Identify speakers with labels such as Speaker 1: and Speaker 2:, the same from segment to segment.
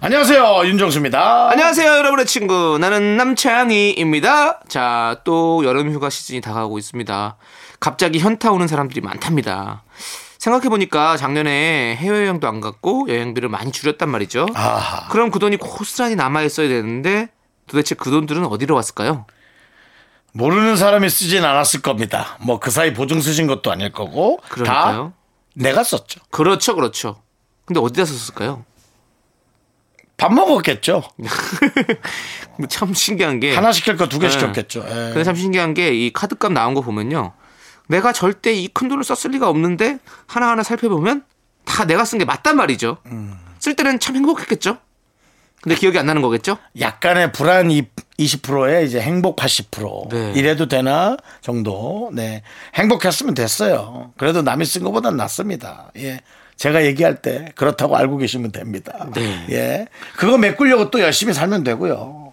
Speaker 1: 안녕하세요 윤정수입니다.
Speaker 2: 안녕하세요, 여러분의 친구. 나는 남창희입니다. 자, 또 여름 휴가 시즌이 다가오고 있습니다. 갑자기 현타 오는 사람들이 많답니다. 생각해보니까 작년에 해외여행도 안 갔고 여행비를 많이 줄였단 말이죠.
Speaker 1: 아하.
Speaker 2: 그럼 그 돈이 고스란히 남아있어야 되는데 도대체 그 돈들은 어디로 왔을까요?
Speaker 1: 모르는 사람이 쓰진 않았을 겁니다. 뭐 그 사이 보증 쓰신 것도 아닐 거고
Speaker 2: 그러니까요.
Speaker 1: 다 내가 썼죠.
Speaker 2: 그렇죠, 그렇죠. 근데 어디다 썼을까요?
Speaker 1: 밥 먹었겠죠.
Speaker 2: 근데 참 신기한 게.
Speaker 1: 하나 시킬 거 두 개
Speaker 2: 네.
Speaker 1: 시켰겠죠. 예.
Speaker 2: 근데 참 신기한 게 이 카드값 나온 거 보면요. 내가 절대 이 큰 돈을 썼을 리가 없는데 하나하나 살펴보면 다 내가 쓴 게 맞단 말이죠. 쓸 때는 참 행복했겠죠? 근데 기억이 안 나는 거겠죠?
Speaker 1: 약간의 불안 이- 20%에 이제 행복 80%
Speaker 2: 네.
Speaker 1: 이래도 되나 정도. 네. 행복했으면 됐어요. 그래도 남이 쓴 것보단 낫습니다. 예. 제가 얘기할 때 그렇다고 알고 계시면 됩니다.
Speaker 2: 네.
Speaker 1: 예. 그거 메꾸려고 또 열심히 살면 되고요.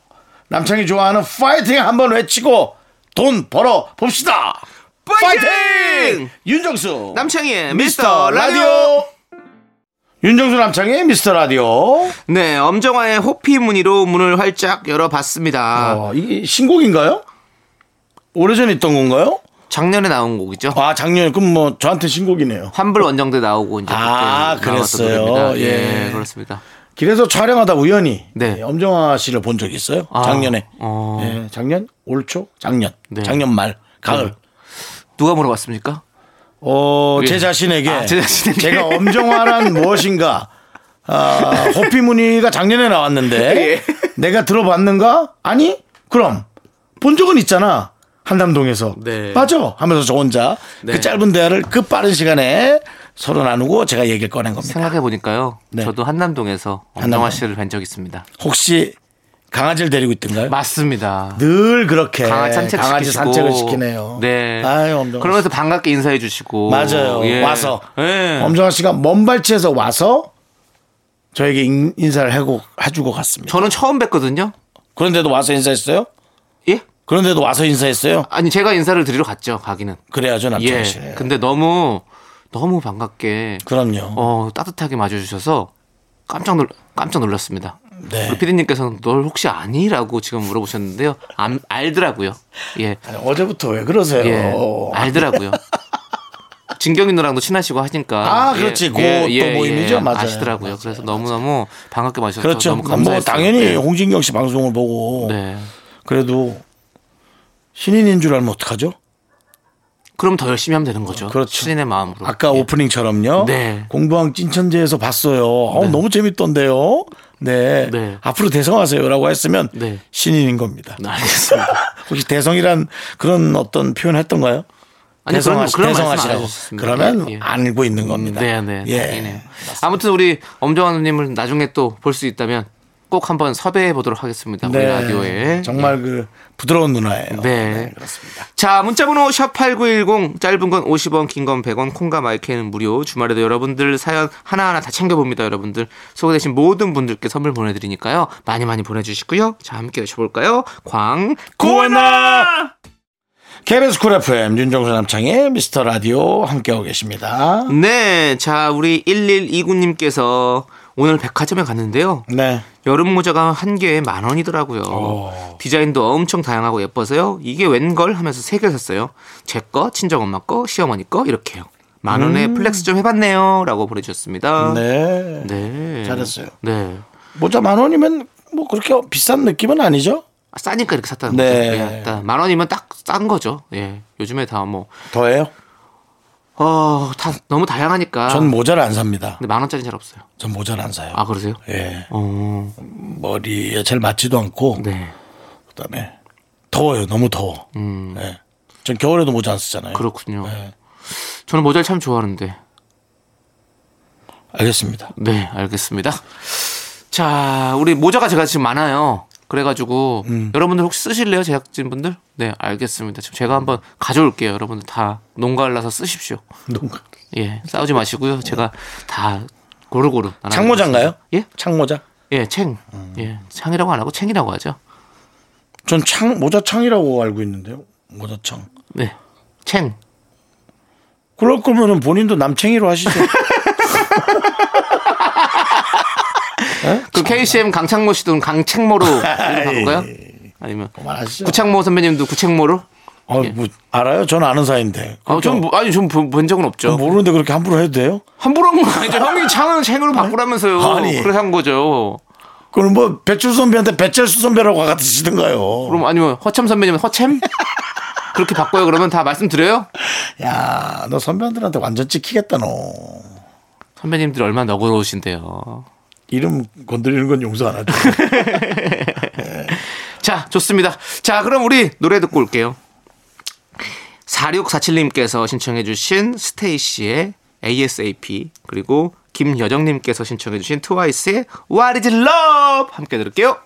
Speaker 1: 남창이 좋아하는 파이팅 한번 외치고 돈 벌어 봅시다.
Speaker 2: 파이팅!
Speaker 1: 윤정수
Speaker 2: 남창희의 미스터 라디오.
Speaker 1: 윤정수 남창희 미스터 라디오.
Speaker 2: 네, 엄정화의 호피 무늬로 문을 활짝 열어봤습니다.
Speaker 1: 어, 이게 신곡인가요? 오래전 있던 건가요?
Speaker 2: 작년에 나온 곡이죠.
Speaker 1: 아 작년에 그럼 뭐 저한테 신곡이네요.
Speaker 2: 환불 원정대 나오고 이제 그때
Speaker 1: 아,
Speaker 2: 나왔던
Speaker 1: 그랬어요.
Speaker 2: 노래입니다.
Speaker 1: 예.
Speaker 2: 예. 그렇습니다.
Speaker 1: 길에서 촬영하다 우연히
Speaker 2: 네.
Speaker 1: 예, 엄정화 씨를 본 적이 있어요.
Speaker 2: 아,
Speaker 1: 작년에.
Speaker 2: 어.
Speaker 1: 예, 작년 올초 작년
Speaker 2: 네.
Speaker 1: 작년 말 가을.
Speaker 2: 누가 물어봤습니까?
Speaker 1: 어,
Speaker 2: 예.
Speaker 1: 제 자신에게,
Speaker 2: 아, 제 자신에게.
Speaker 1: 가 엄정화란 무엇인가. 아, 호피무늬가 작년에
Speaker 2: 예.
Speaker 1: 나왔는데 내가 들어봤는가? 아니? 그럼 본 적은 있잖아. 한남동에서.
Speaker 2: 네.
Speaker 1: 맞아. 하면서 저 혼자
Speaker 2: 네.
Speaker 1: 그 짧은 대화를 그 빠른 시간에 서로 나누고 제가 얘기를 꺼낸 겁니다.
Speaker 2: 생각해보니까요.
Speaker 1: 네.
Speaker 2: 저도 한남동에서
Speaker 1: 한남동.
Speaker 2: 엄정화 씨를 뵌 적 있습니다.
Speaker 1: 혹시 강아지를 데리고 있던가요?
Speaker 2: 맞습니다.
Speaker 1: 늘 그렇게
Speaker 2: 강아지 산책
Speaker 1: 예, 강아지
Speaker 2: 시키시고.
Speaker 1: 산책을 시키네요.
Speaker 2: 네.
Speaker 1: 아유, 엄정화
Speaker 2: 그러면서 반갑게 인사해 주시고.
Speaker 1: 맞아요.
Speaker 2: 예.
Speaker 1: 와서
Speaker 2: 예.
Speaker 1: 엄정화 씨가 먼 발치에서 와서 저에게 인- 인사를 하고 해주고 갔습니다.
Speaker 2: 저는 처음 뵀거든요.
Speaker 1: 그런데도 와서 인사했어요?
Speaker 2: 예?
Speaker 1: 그런데도 와서 인사했어요?
Speaker 2: 아니 제가 인사를 드리러 갔죠. 가기는.
Speaker 1: 그래야죠 남창희
Speaker 2: 예.
Speaker 1: 씨.
Speaker 2: 근데 너무 너무 반갑게
Speaker 1: 그럼요.
Speaker 2: 어, 따뜻하게 맞아 주셔서 깜짝 놀 깜짝 놀랐습니다.
Speaker 1: 네.
Speaker 2: 우리 피디님께서는 널 혹시 아니라고 지금 물어보셨는데요. 안, 알더라고요. 예.
Speaker 1: 아니, 어제부터 왜 그러세요?
Speaker 2: 예.
Speaker 1: 어. 아,
Speaker 2: 알더라고요. 진경이 누랑도 친하시고 하니까. 예,
Speaker 1: 아, 그렇지. 그것도 모임이죠. 맞아요.
Speaker 2: 아시더라고요.
Speaker 1: 맞아요.
Speaker 2: 그래서 너무너무 반갑게 맞으셔서
Speaker 1: 그렇죠.
Speaker 2: 너무 감사했어요.
Speaker 1: 뭐 당연히
Speaker 2: 네.
Speaker 1: 홍진경 씨 방송을 보고
Speaker 2: 네.
Speaker 1: 그래도 신인인 줄 알면 어떡하죠?
Speaker 2: 그럼 더 열심히 하면 되는 거죠.
Speaker 1: 그렇죠.
Speaker 2: 신인의 마음으로.
Speaker 1: 아까
Speaker 2: 예.
Speaker 1: 오프닝처럼요.
Speaker 2: 네.
Speaker 1: 공부왕 찐천재에서 봤어요. 어우, 너무 재밌던데요. 네.
Speaker 2: 네.
Speaker 1: 앞으로 대성하세요라고 했으면
Speaker 2: 네.
Speaker 1: 신인인 겁니다.
Speaker 2: 네, 알겠습니다.
Speaker 1: 혹시 대성이란 그런 어떤 표현 했던가요?
Speaker 2: 아니, 그런-
Speaker 1: 대성하시-
Speaker 2: 그런 말씀 안
Speaker 1: 대성하시라고.
Speaker 2: 해주셨습니다.
Speaker 1: 그러면
Speaker 2: 예, 예.
Speaker 1: 알고 있는 겁니다.
Speaker 2: 네, 네.
Speaker 1: 예.
Speaker 2: 다행이네요. 아무튼 우리 엄정환님을 나중에 또 볼 수 있다면 꼭 한번 섭외해 보도록 하겠습니다. 우리
Speaker 1: 네.
Speaker 2: 라디오에. 예.
Speaker 1: 정말 그 부드러운 누나예요.
Speaker 2: 네.
Speaker 1: 그렇습니다.
Speaker 2: 자, 문자번호 샵8910, 짧은 건 50원, 긴 건 100원, 콩과 마이크는 무료. 주말에도 여러분들 사연 하나하나 다 챙겨봅니다, 여러분들. 소개되신 모든 분들께 선물 보내드리니까요. 많이 많이 보내주시고요. 자, 함께 외쳐볼까요? 광, 고나!
Speaker 1: KBS 쿨 FM 윤정수 남창의 미스터 라디오 함께하고 계십니다.
Speaker 2: 네, 자, 우리 1129님께서 오늘 백화점에 갔는데요.
Speaker 1: 네.
Speaker 2: 여름 모자가 한 개에 만 원이더라고요.
Speaker 1: 어.
Speaker 2: 디자인도 엄청 다양하고 예뻐서요. 이게 웬걸 하면서 세 개 샀어요. 제 거, 친정 엄마 거, 시어머니 거 이렇게요. 만 원에 플렉스 좀 해봤네요라고 보내주셨습니다.
Speaker 1: 음. 네.
Speaker 2: 네.
Speaker 1: 잘했어요.
Speaker 2: 네.
Speaker 1: 모자 만 원이면 뭐 그렇게 비싼 느낌은 아니죠?
Speaker 2: 아, 싸니까 이렇게 샀다는
Speaker 1: 네.
Speaker 2: 거죠. 예, 딱만 원이면 딱 싼 거죠. 예. 요즘에 다뭐
Speaker 1: 더해요?
Speaker 2: 어, 다 너무 다양하니까.
Speaker 1: 전 모자를 안 삽니다.
Speaker 2: 근데 만 원짜리 잘 없어요.
Speaker 1: 전 모자를 안 사요.
Speaker 2: 아 그러세요?
Speaker 1: 예.
Speaker 2: 어,
Speaker 1: 머리에 잘 맞지도 않고
Speaker 2: 네.
Speaker 1: 그다음에 더워요. 너무 더워. 예. 전 겨울에도 모자 안 쓰잖아요.
Speaker 2: 음. 그렇군요.
Speaker 1: 네.
Speaker 2: 저는 모자를 참 좋아하는데.
Speaker 1: 알겠습니다.
Speaker 2: 네, 알겠습니다. 자, 우리 모자가 제가 지금 많아요. 그래가지고 여러분들 혹시 쓰실래요, 제작진분들? 네, 알겠습니다. 지금 제가 한번 가져올게요. 여러분들 다 농가를 서 쓰십시오.
Speaker 1: 농가.
Speaker 2: 예, 싸우지 마시고요. 제가 다 고루고루. 나눠
Speaker 1: 창모자인가요?
Speaker 2: 드리겠습니다. 예,
Speaker 1: 창모자?
Speaker 2: 예, 챙. 예, 창이라고 안 하고 챙이라고 하죠.
Speaker 1: 전 창, 모자창이라고 알고 있는데요. 모자창.
Speaker 2: 네, 챙.
Speaker 1: 그럴 거면은 본인도 남챙이로 하시죠.
Speaker 2: 네. 그 KCM 강창모 예. 씨도 강챙모로 바꿀까요? 아니면
Speaker 1: 예. 그만하시죠.
Speaker 2: 구창모 선배님도 구챙모로?
Speaker 1: 아, 뭐, 알아요? 저는 아는 사이인데. 그렇죠?
Speaker 2: 아, 전 뭐- 아니 좀 본 적은 없죠.
Speaker 1: 모르는데 그렇게 함부로 해도 돼요?
Speaker 2: 함부로 한 건 아니죠. 형이 창은 챙으로 바꾸라면서요.
Speaker 1: 아니.
Speaker 2: 그래서 한 거죠.
Speaker 1: 그럼 뭐, 배철 선배한테 배철수 선배라고 같으시던가요.
Speaker 2: 그럼 아니면 허참 선배님은 허챔? 그렇게 바꿔요. 그러면 다 말씀드려요.
Speaker 1: 야, 너 선배들한테 완전 찍히겠다, 너.
Speaker 2: 선배님들 얼마나 너그러우신데요.
Speaker 1: 이름 건드리는 건 용서 안 하죠.
Speaker 2: 자, 좋습니다. 자, 그럼 우리 노래 듣고 올게요. 4647님께서 신청해주신 스테이시의 ASAP 그리고 김여정님께서 신청해주신 트와이스의 What is Love 함께 들을게요.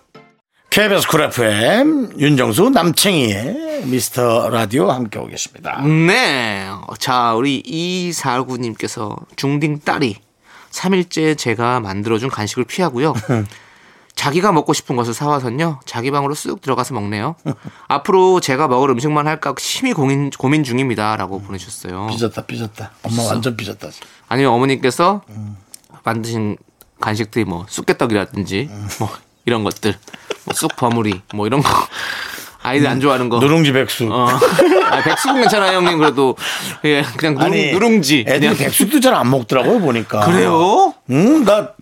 Speaker 1: KBS 쿨 FM, 윤정수 남챙이의 미스터 라디오 함께하고 계십니다.
Speaker 2: 네. 자, 우리 2449님께서 중딩 딸이 3일째 제가 만들어준 간식을 피하고요. 자기가 먹고 싶은 것을 사와서는요, 자기 방으로 쑥 들어가서 먹네요. 앞으로 제가 먹을 음식만 할까 심히 고민, 고민 중입니다. 라고 보내주셨어요.
Speaker 1: 삐졌다, 삐졌다. 엄마 완전 삐졌다. 지금.
Speaker 2: 아니면 어머니께서 만드신 간식들이 뭐 쑥개떡이라든지 뭐 이런 것들, 뭐쑥 버무리, 뭐 이런 거. 아이들 안 좋아하는 거.
Speaker 1: 누룽지 백수.
Speaker 2: 어. 아, 백숙은 괜찮아요, 형님. 그래도 예, 그냥 누룽, 누룽지.
Speaker 1: 애들이
Speaker 2: 그냥.
Speaker 1: 백숙도 잘 안 먹더라고요, 보니까.
Speaker 2: 그래요?
Speaker 1: 응, 나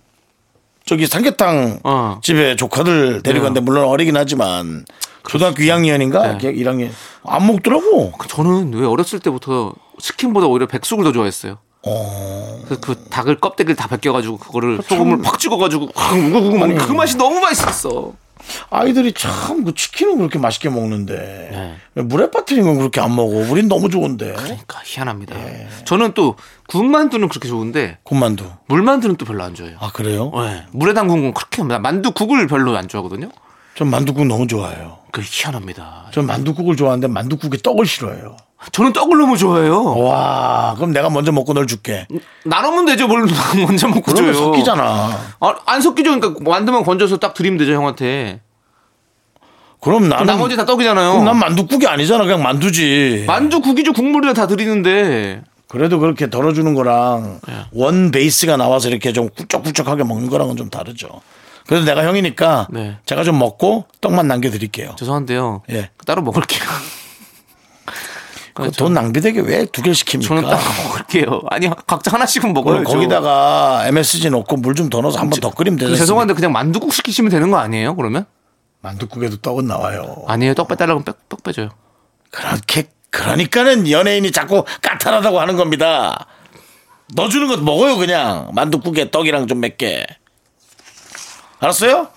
Speaker 1: 저기 삼계탕
Speaker 2: 어. 네.
Speaker 1: 집에 조카들 데리고 갔는데 물론 어리긴 하지만
Speaker 2: 그렇죠.
Speaker 1: 초등학교 2학년인가 1학년 안 먹더라고.
Speaker 2: 그 저는 왜 어렸을 때부터 스킨보다 오히려 백숙을 더 좋아했어요. 그래서 그 닭을 껍데기를 다 벗겨가지고 그거를
Speaker 1: 그렇죠.
Speaker 2: 소금을 팍 찍어가지고 확 우거우거 먹는 그 맛이 너무 맛있었어.
Speaker 1: 아이들이 참 그 치킨은 그렇게 맛있게 먹는데 왜 물에 빠뜨린 건 그렇게 안 먹어. 우린 너무 좋은데.
Speaker 2: 그러니까 희한합니다.
Speaker 1: 예.
Speaker 2: 저는 또 군만두는 그렇게 좋은데
Speaker 1: 군만두.
Speaker 2: 물만두는 또 별로 안 좋아해요.
Speaker 1: 아 그래요?
Speaker 2: 예, 물에 담근 건 그렇게 나 만두국을 별로 안 좋아하거든요.
Speaker 1: 전 만두국 너무 좋아해요.
Speaker 2: 그 희한합니다.
Speaker 1: 전 만두국을 좋아하는데 만두국에 떡을 싫어해요.
Speaker 2: 저는 떡을 너무 좋아해요.
Speaker 1: 어. 와 그럼 내가 먼저 먹고 널 줄게.
Speaker 2: 음, 나눠면 되죠. 뭘 먼저 먹고
Speaker 1: 그러면
Speaker 2: 줘요.
Speaker 1: 섞이잖아.
Speaker 2: 아, 안 섞이죠. 그러니까 만두만 건져서 딱 드리면 되죠, 형한테. 아,
Speaker 1: 그럼 나는
Speaker 2: 나머지 다 떡이잖아요.
Speaker 1: 그럼 난 만두국이 아니잖아. 그냥 만두지.
Speaker 2: 만두국이죠. 국물이라 다 드리는데.
Speaker 1: 그래도 그렇게 덜어주는 거랑 원 베이스가 나와서 이렇게 좀 꿀쩍꿀쩍하게 먹는 거랑은 좀 다르죠. 그래서 내가 형이니까
Speaker 2: 네.
Speaker 1: 제가 좀 먹고 떡만 남겨드릴게요.
Speaker 2: 죄송한데요.
Speaker 1: 예.
Speaker 2: 따로 먹을게요.
Speaker 1: 그돈 낭비되게 왜 두 개를 시킵니까?
Speaker 2: 그렇죠. 저는 따로 먹을게요. 아니, 각자 하나씩은
Speaker 1: 그러니까. 그럼
Speaker 2: 먹어요.
Speaker 1: 거기다가 MSG 넣고 물 좀 더 넣어서 한 번 더 끓이면 되겠어요.
Speaker 2: 음, 죄송한데 그냥 만두국 시키시면 되는 거 아니에요, 그러면?
Speaker 1: 만두국에도 떡은 나와요.
Speaker 2: 아니에요. 떡 빼달라고 하면 떡, 떡 빼줘요.
Speaker 1: 그렇게 그러니까는 연예인이 자꾸 까탈하다고 하는 겁니다. 넣어주는 것 먹어요 그냥 만두국에 떡이랑 좀 몇 개. 알았어요?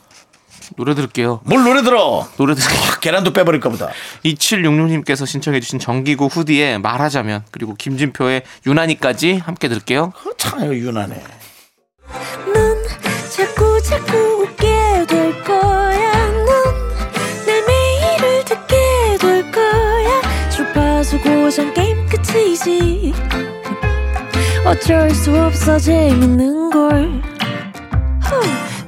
Speaker 2: 노래 들을게요.
Speaker 1: 뭘 노래 들어?
Speaker 2: 노래 들을게요.
Speaker 1: 확 계란도 빼버릴까 보다.
Speaker 2: 2766님께서 신청해주신 정기구 후디의 말하자면, 그리고 김진표의 유난히까지 함께 들을게요.
Speaker 1: 참 이거 유난해.
Speaker 3: 넌 자꾸 자꾸 웃게 될 거야. 넌내 매일을 듣게 될 거야. 주파수 고정 게임 끝이지. 어쩔 수 없어 재밌는 걸. 후.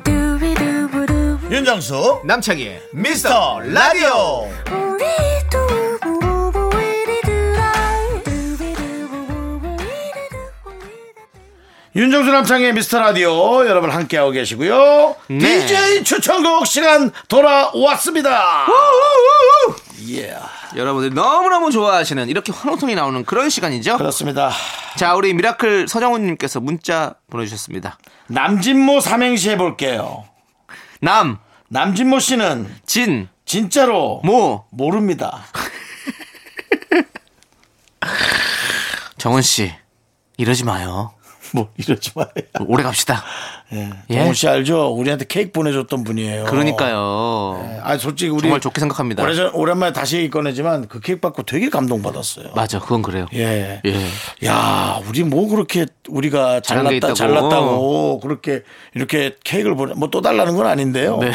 Speaker 3: 두비두부두부.
Speaker 1: 윤정수
Speaker 2: 남창희의
Speaker 1: 미스터 라디오
Speaker 3: 우리 두부부부 우리들아. 두비두부부부 우리들아.
Speaker 1: 윤정수 남창의 미스터 라디오 여러분 함께하고 계시고요
Speaker 2: 네.
Speaker 1: DJ 추천곡 시간 돌아왔습니다 예
Speaker 2: 여러분들이 너무너무 좋아하시는 이렇게 환호성이 나오는 그런 시간이죠.
Speaker 1: 그렇습니다
Speaker 2: 자, 우리 미라클 서정훈님께서 문자 보내주셨습니다.
Speaker 1: 남진모 삼행시 해볼게요
Speaker 2: 남,
Speaker 1: 남진모 씨는
Speaker 2: 진,
Speaker 1: 진짜로
Speaker 2: 모,
Speaker 1: 모릅니다
Speaker 2: 정훈 씨, 이러지 마요.
Speaker 1: 뭐 이러지 말아요.
Speaker 2: 오래 갑시다.
Speaker 1: 예.
Speaker 2: 예.
Speaker 1: 동훈 씨 알죠? 우리한테 케이크 보내줬던 분이에요.
Speaker 2: 그러니까요.
Speaker 1: 아 솔직히 우리
Speaker 2: 정말 좋게 생각합니다.
Speaker 1: 오래전 오랜만에 다시 꺼내지만 그 케이크 받고 되게 감동받았어요.
Speaker 2: 맞아, 그건 그래요.
Speaker 1: 예.
Speaker 2: 예.
Speaker 1: 야, 우리 뭐 그렇게 우리가
Speaker 2: 잘난 게
Speaker 1: 잘났다
Speaker 2: 있다고.
Speaker 1: 잘났다고 그렇게 이렇게 케이크를 보내 뭐 또 달라는 건 아닌데요.
Speaker 2: 네.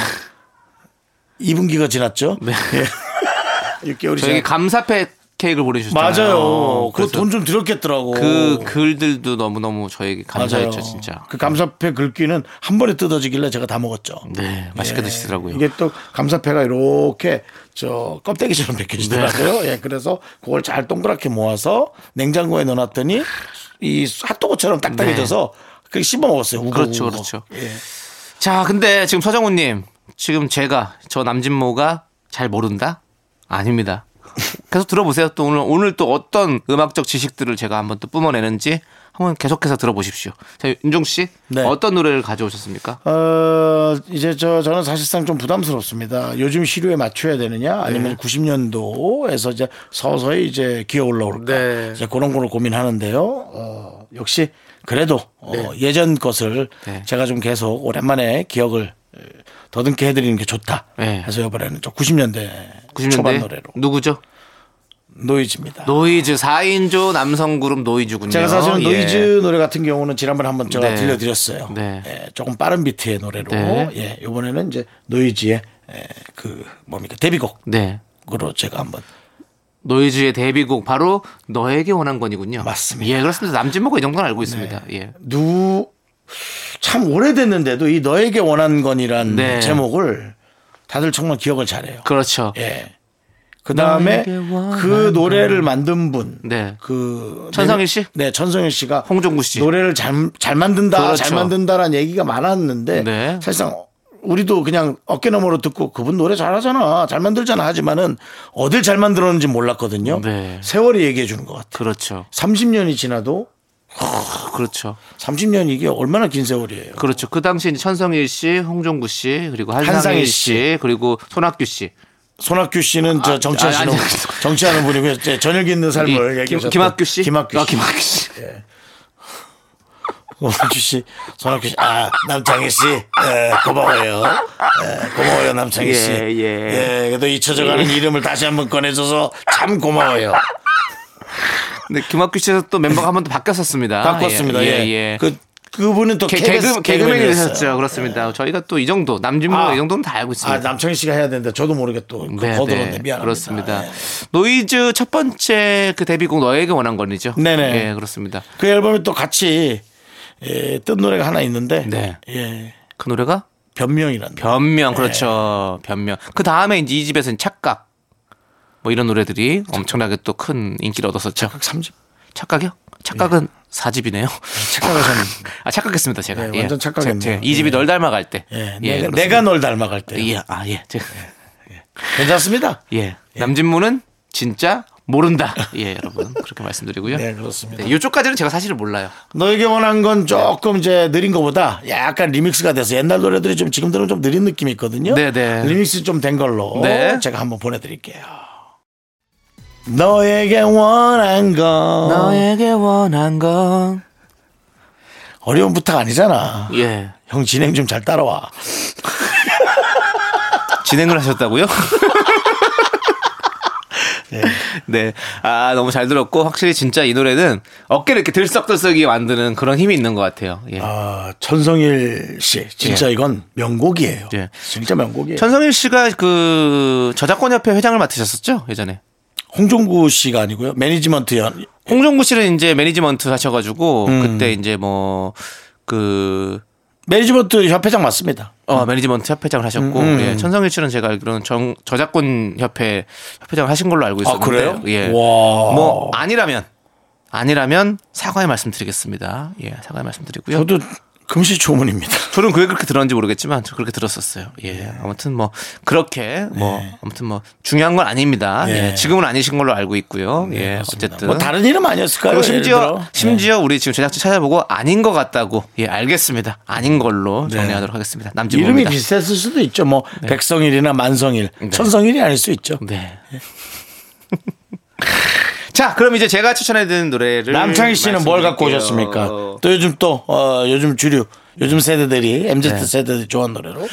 Speaker 1: 2분기가 지났죠.
Speaker 2: 네.
Speaker 1: 예. 6개월이
Speaker 2: 저에게
Speaker 1: 지났...
Speaker 2: 감사패 케이크를 보내주셨잖아요.
Speaker 1: 맞아요.
Speaker 2: 그래서
Speaker 1: 그 돈 좀 들었겠더라고.
Speaker 2: 그 글들도 너무너무 저에게
Speaker 1: 맞아요.
Speaker 2: 감사했죠, 진짜.
Speaker 1: 그 감사패 긁기는 한 번에 뜯어지길래 제가 다 먹었죠. 예.
Speaker 2: 네, 맛있게 드시더라고요.
Speaker 1: 이게 또 감사패가 이렇게 저 껍데기처럼 벗겨지더라고요.
Speaker 2: 네.
Speaker 1: 예, 그래서 그걸 잘 동그랗게 모아서 냉장고에 넣어놨더니 이 핫도그처럼 딱딱해져서 그게 씹어 먹었어요. 우거우거.
Speaker 2: 네. 그렇죠, 그렇죠.
Speaker 1: 예.
Speaker 2: 자, 근데 지금 서정훈님, 지금 제가 저 남진모가 잘 모른다? 아닙니다. 계속 들어보세요. 또 오늘 오늘 또 어떤 음악적 지식들을 제가 한번 또 뿜어내는지 한번 계속해서 들어보십시오. 자, 윤종 씨,
Speaker 1: 네.
Speaker 2: 어떤 노래를 가져오셨습니까?
Speaker 1: 어, 이제 저 저는 사실상 좀 부담스럽습니다. 요즘 시류에 맞춰야 되느냐 아니면
Speaker 2: 네.
Speaker 1: 90년도에서 이제 서서히 이제 기어 올라올까
Speaker 2: 네.
Speaker 1: 이제 그런 거를 고민하는데요. 어, 역시 그래도 어, 예전 것을
Speaker 2: 네.
Speaker 1: 제가 좀 계속 오랜만에 기억을 더듬게 해드리는 게 좋다.
Speaker 2: 네.
Speaker 1: 해서 이번에는 저 90년대,
Speaker 2: 90년대
Speaker 1: 초반 노래로
Speaker 2: 누구죠?
Speaker 1: 노이즈입니다.
Speaker 2: 노이즈 4인조 남성 그룹 노이즈군요.
Speaker 1: 제가 사실은
Speaker 2: 예.
Speaker 1: 노이즈 노래 같은 경우는 지난번에 한번 제가
Speaker 2: 네.
Speaker 1: 들려드렸어요.
Speaker 2: 네.
Speaker 1: 예, 조금 빠른 비트의 노래로.
Speaker 2: 네.
Speaker 1: 예, 이번에는 이제 노이즈의 예, 그 뭡니까 데뷔곡으로
Speaker 2: 네.
Speaker 1: 제가 한번
Speaker 2: 노이즈의 데뷔곡 바로 너에게 원한 건이군요.
Speaker 1: 맞습니다. 네.
Speaker 2: 예, 그렇습니다. 남진모가 이 정도는 알고 있습니다. 예.
Speaker 1: 누 참 오래됐는데도 이 너에게 원한 건이란
Speaker 2: 네.
Speaker 1: 제목을 다들 정말 기억을 잘해요.
Speaker 2: 그렇죠.
Speaker 1: 예. 그 다음에
Speaker 2: 너에게 원한
Speaker 1: 그 노래를 만든 분.
Speaker 2: 네.
Speaker 1: 그
Speaker 2: 천성일
Speaker 1: 네,
Speaker 2: 씨?
Speaker 1: 네, 천성일 씨가
Speaker 2: 홍종구 씨.
Speaker 1: 노래를 잘, 잘 만든다,
Speaker 2: 그렇죠.
Speaker 1: 잘 만든다라는 얘기가 많았는데
Speaker 2: 네.
Speaker 1: 사실상 우리도 그냥 어깨너머로 듣고 그분 노래 잘하잖아, 잘 만들잖아 하지만은 어딜 잘 만들었는지 몰랐거든요.
Speaker 2: 네.
Speaker 1: 세월이 얘기해 주는 것 같아요.
Speaker 2: 그렇죠.
Speaker 1: 30년이 지나도
Speaker 2: 그렇죠.
Speaker 1: 30년 이게 얼마나 긴 세월이에요.
Speaker 2: 그렇죠. 그 당시 이제 천성일 씨, 홍종구 씨, 그리고 한상일,
Speaker 1: 한상일
Speaker 2: 씨, 그리고 손학규 씨.
Speaker 1: 손학규 씨는 저 정치하시는
Speaker 2: 아니, 아니.
Speaker 1: 정치하는 분이고 이제 저녁 있는 삶을
Speaker 2: 이-
Speaker 1: 얘기해
Speaker 2: 김,
Speaker 1: 주셨던
Speaker 2: 김학규 씨.
Speaker 1: 김학규
Speaker 2: 아,
Speaker 1: 씨. 예.
Speaker 2: 김학규 씨.
Speaker 1: 손학규 씨, 손학규 씨, 아 남창희 씨, 예, 고마워요, 예, 고마워요 남창희 씨.
Speaker 2: 예, 예.
Speaker 1: 예, 그래도 잊혀져가는 이름을 다시 한번 꺼내줘서 참 고마워요.
Speaker 2: 아, 근데 김학규 씨에서 또 멤버가 한 번 더 바뀌었었습니다.
Speaker 1: 바꿨습니다. 예,
Speaker 2: 예.
Speaker 1: 그 그분은 또
Speaker 2: 개,
Speaker 1: KBS
Speaker 2: 개그, 개그맨이
Speaker 1: 개그맨이었어요.
Speaker 2: 되셨죠. 그렇습니다. 저희가 또 이 정도, 남진모
Speaker 1: 아.
Speaker 2: 이 정도는 다 알고 있습니다.
Speaker 1: 아 남창희 씨가 해야 되는데 저도 모르게 또
Speaker 2: 네,
Speaker 1: 거들었네
Speaker 2: 네.
Speaker 1: 미안합니다.
Speaker 2: 그렇습니다.
Speaker 1: 예.
Speaker 2: 노이즈 첫 번째 그 데뷔곡 너에게 원한 건이죠.
Speaker 1: 네네.
Speaker 2: 예, 그렇습니다.
Speaker 1: 그 앨범에 또 같이 예, 뜬 노래가 하나 있는데,
Speaker 2: 네.
Speaker 1: 예,
Speaker 2: 그 노래가
Speaker 1: 변명이라는.
Speaker 2: 변명 그렇죠. 변명. 그 다음에 이제 이 집에서는 착각. 뭐 이런 노래들이 엄청나게 또 큰 인기를 얻었었죠. 착각 3집. 착각이요? 착각은 사 4집이네요.
Speaker 1: 착각하셨는데.
Speaker 2: 아, 착각했습니다, 제가.
Speaker 1: 네, 완전 착각했네요.
Speaker 2: 이 집이 널 닮아갈 때.
Speaker 1: 예,
Speaker 2: 예,
Speaker 1: 내가,
Speaker 2: 그렇습니다.
Speaker 1: 내가 널 닮아갈 때.
Speaker 2: 예, 아, 예. 제가.
Speaker 1: 괜찮습니다.
Speaker 2: 예. 남진무는 진짜 모른다. 예, 여러분. 그렇게 말씀드리고요.
Speaker 1: 네, 그렇습니다.
Speaker 2: 네, 요쪽까지는 제가 사실을 몰라요.
Speaker 1: 너에게 원한 건 조금 이제 느린 것보다 약간 리믹스가 돼서 옛날 노래들이 좀 지금 들으면 좀 느린 느낌이 있거든요.
Speaker 2: 네네.
Speaker 1: 리믹스 좀 된 걸로
Speaker 2: 네.
Speaker 1: 제가 한번 보내드릴게요. 너에게 원한 건
Speaker 2: 너에게 원한 건
Speaker 1: 어려운 부탁 아니잖아.
Speaker 2: 예.
Speaker 1: 형 진행 좀 잘 따라와.
Speaker 2: 진행을 하셨다고요? 네. 아, 너무 잘 들었고, 확실히 진짜 이 노래는 어깨를 이렇게 들썩들썩이 만드는 그런 힘이 있는 것 같아요. 예.
Speaker 1: 아, 천성일 씨 진짜 이건 명곡이에요.
Speaker 2: 예.
Speaker 1: 진짜 명곡이에요.
Speaker 2: 천성일 씨가 그 저작권협회 회장을 맡으셨었죠? 예전에.
Speaker 1: 홍종구 씨가 아니고요. 매니지먼트 연
Speaker 2: 홍종구 씨는 이제 매니지먼트 하셔가지고,
Speaker 1: 음.
Speaker 2: 그때 이제 뭐, 그,
Speaker 1: 매니지먼트 협회장 맞습니다.
Speaker 2: 어, 매니지먼트 협회장을 하셨고,
Speaker 1: 음,
Speaker 2: 예, 천성일 씨는 제가 알기로는 정, 저작권 협회 협회장을 하신 걸로 알고 있었는데,
Speaker 1: 아, 그래요?
Speaker 2: 예.
Speaker 1: 와. 어.
Speaker 2: 뭐 아니라면 아니라면 사과의 말씀드리겠습니다. 예, 사과의 말씀드리고요.
Speaker 1: 저도 금시초문입니다.
Speaker 2: 저는 왜 그렇게 들었는지 모르겠지만 저 그렇게 들었었어요. 예,
Speaker 1: 네.
Speaker 2: 아무튼 뭐 그렇게 뭐 아무튼 뭐 중요한 건 아닙니다.
Speaker 1: 예.
Speaker 2: 예, 지금은 아니신 걸로 알고 있고요. 예, 어쨌든
Speaker 1: 뭐 다른 이름 아니었을까요?
Speaker 2: 그리고
Speaker 1: 예를
Speaker 2: 심지어
Speaker 1: 들어. 네.
Speaker 2: 심지어 우리 지금 제작진 찾아보고 아닌 것 같다고 예 알겠습니다 아닌 걸로 정리하도록 하겠습니다
Speaker 1: 네. 이름이
Speaker 2: 남진입니다 네.
Speaker 1: 비슷했을 수도 있죠. 뭐 백성일이나 만성일, 천성일이 아닐 수 있죠.
Speaker 2: 네. 자, 그럼 이제 제가 추천해드리는 노래를
Speaker 1: 남창희 씨는 뭘 갖고
Speaker 2: 말씀드릴게요.
Speaker 1: 오셨습니까? 또 요즘 또 어, 요즘 주류 요즘 세대들이 MZ
Speaker 2: 네.
Speaker 1: 세대들이 좋아하는 노래로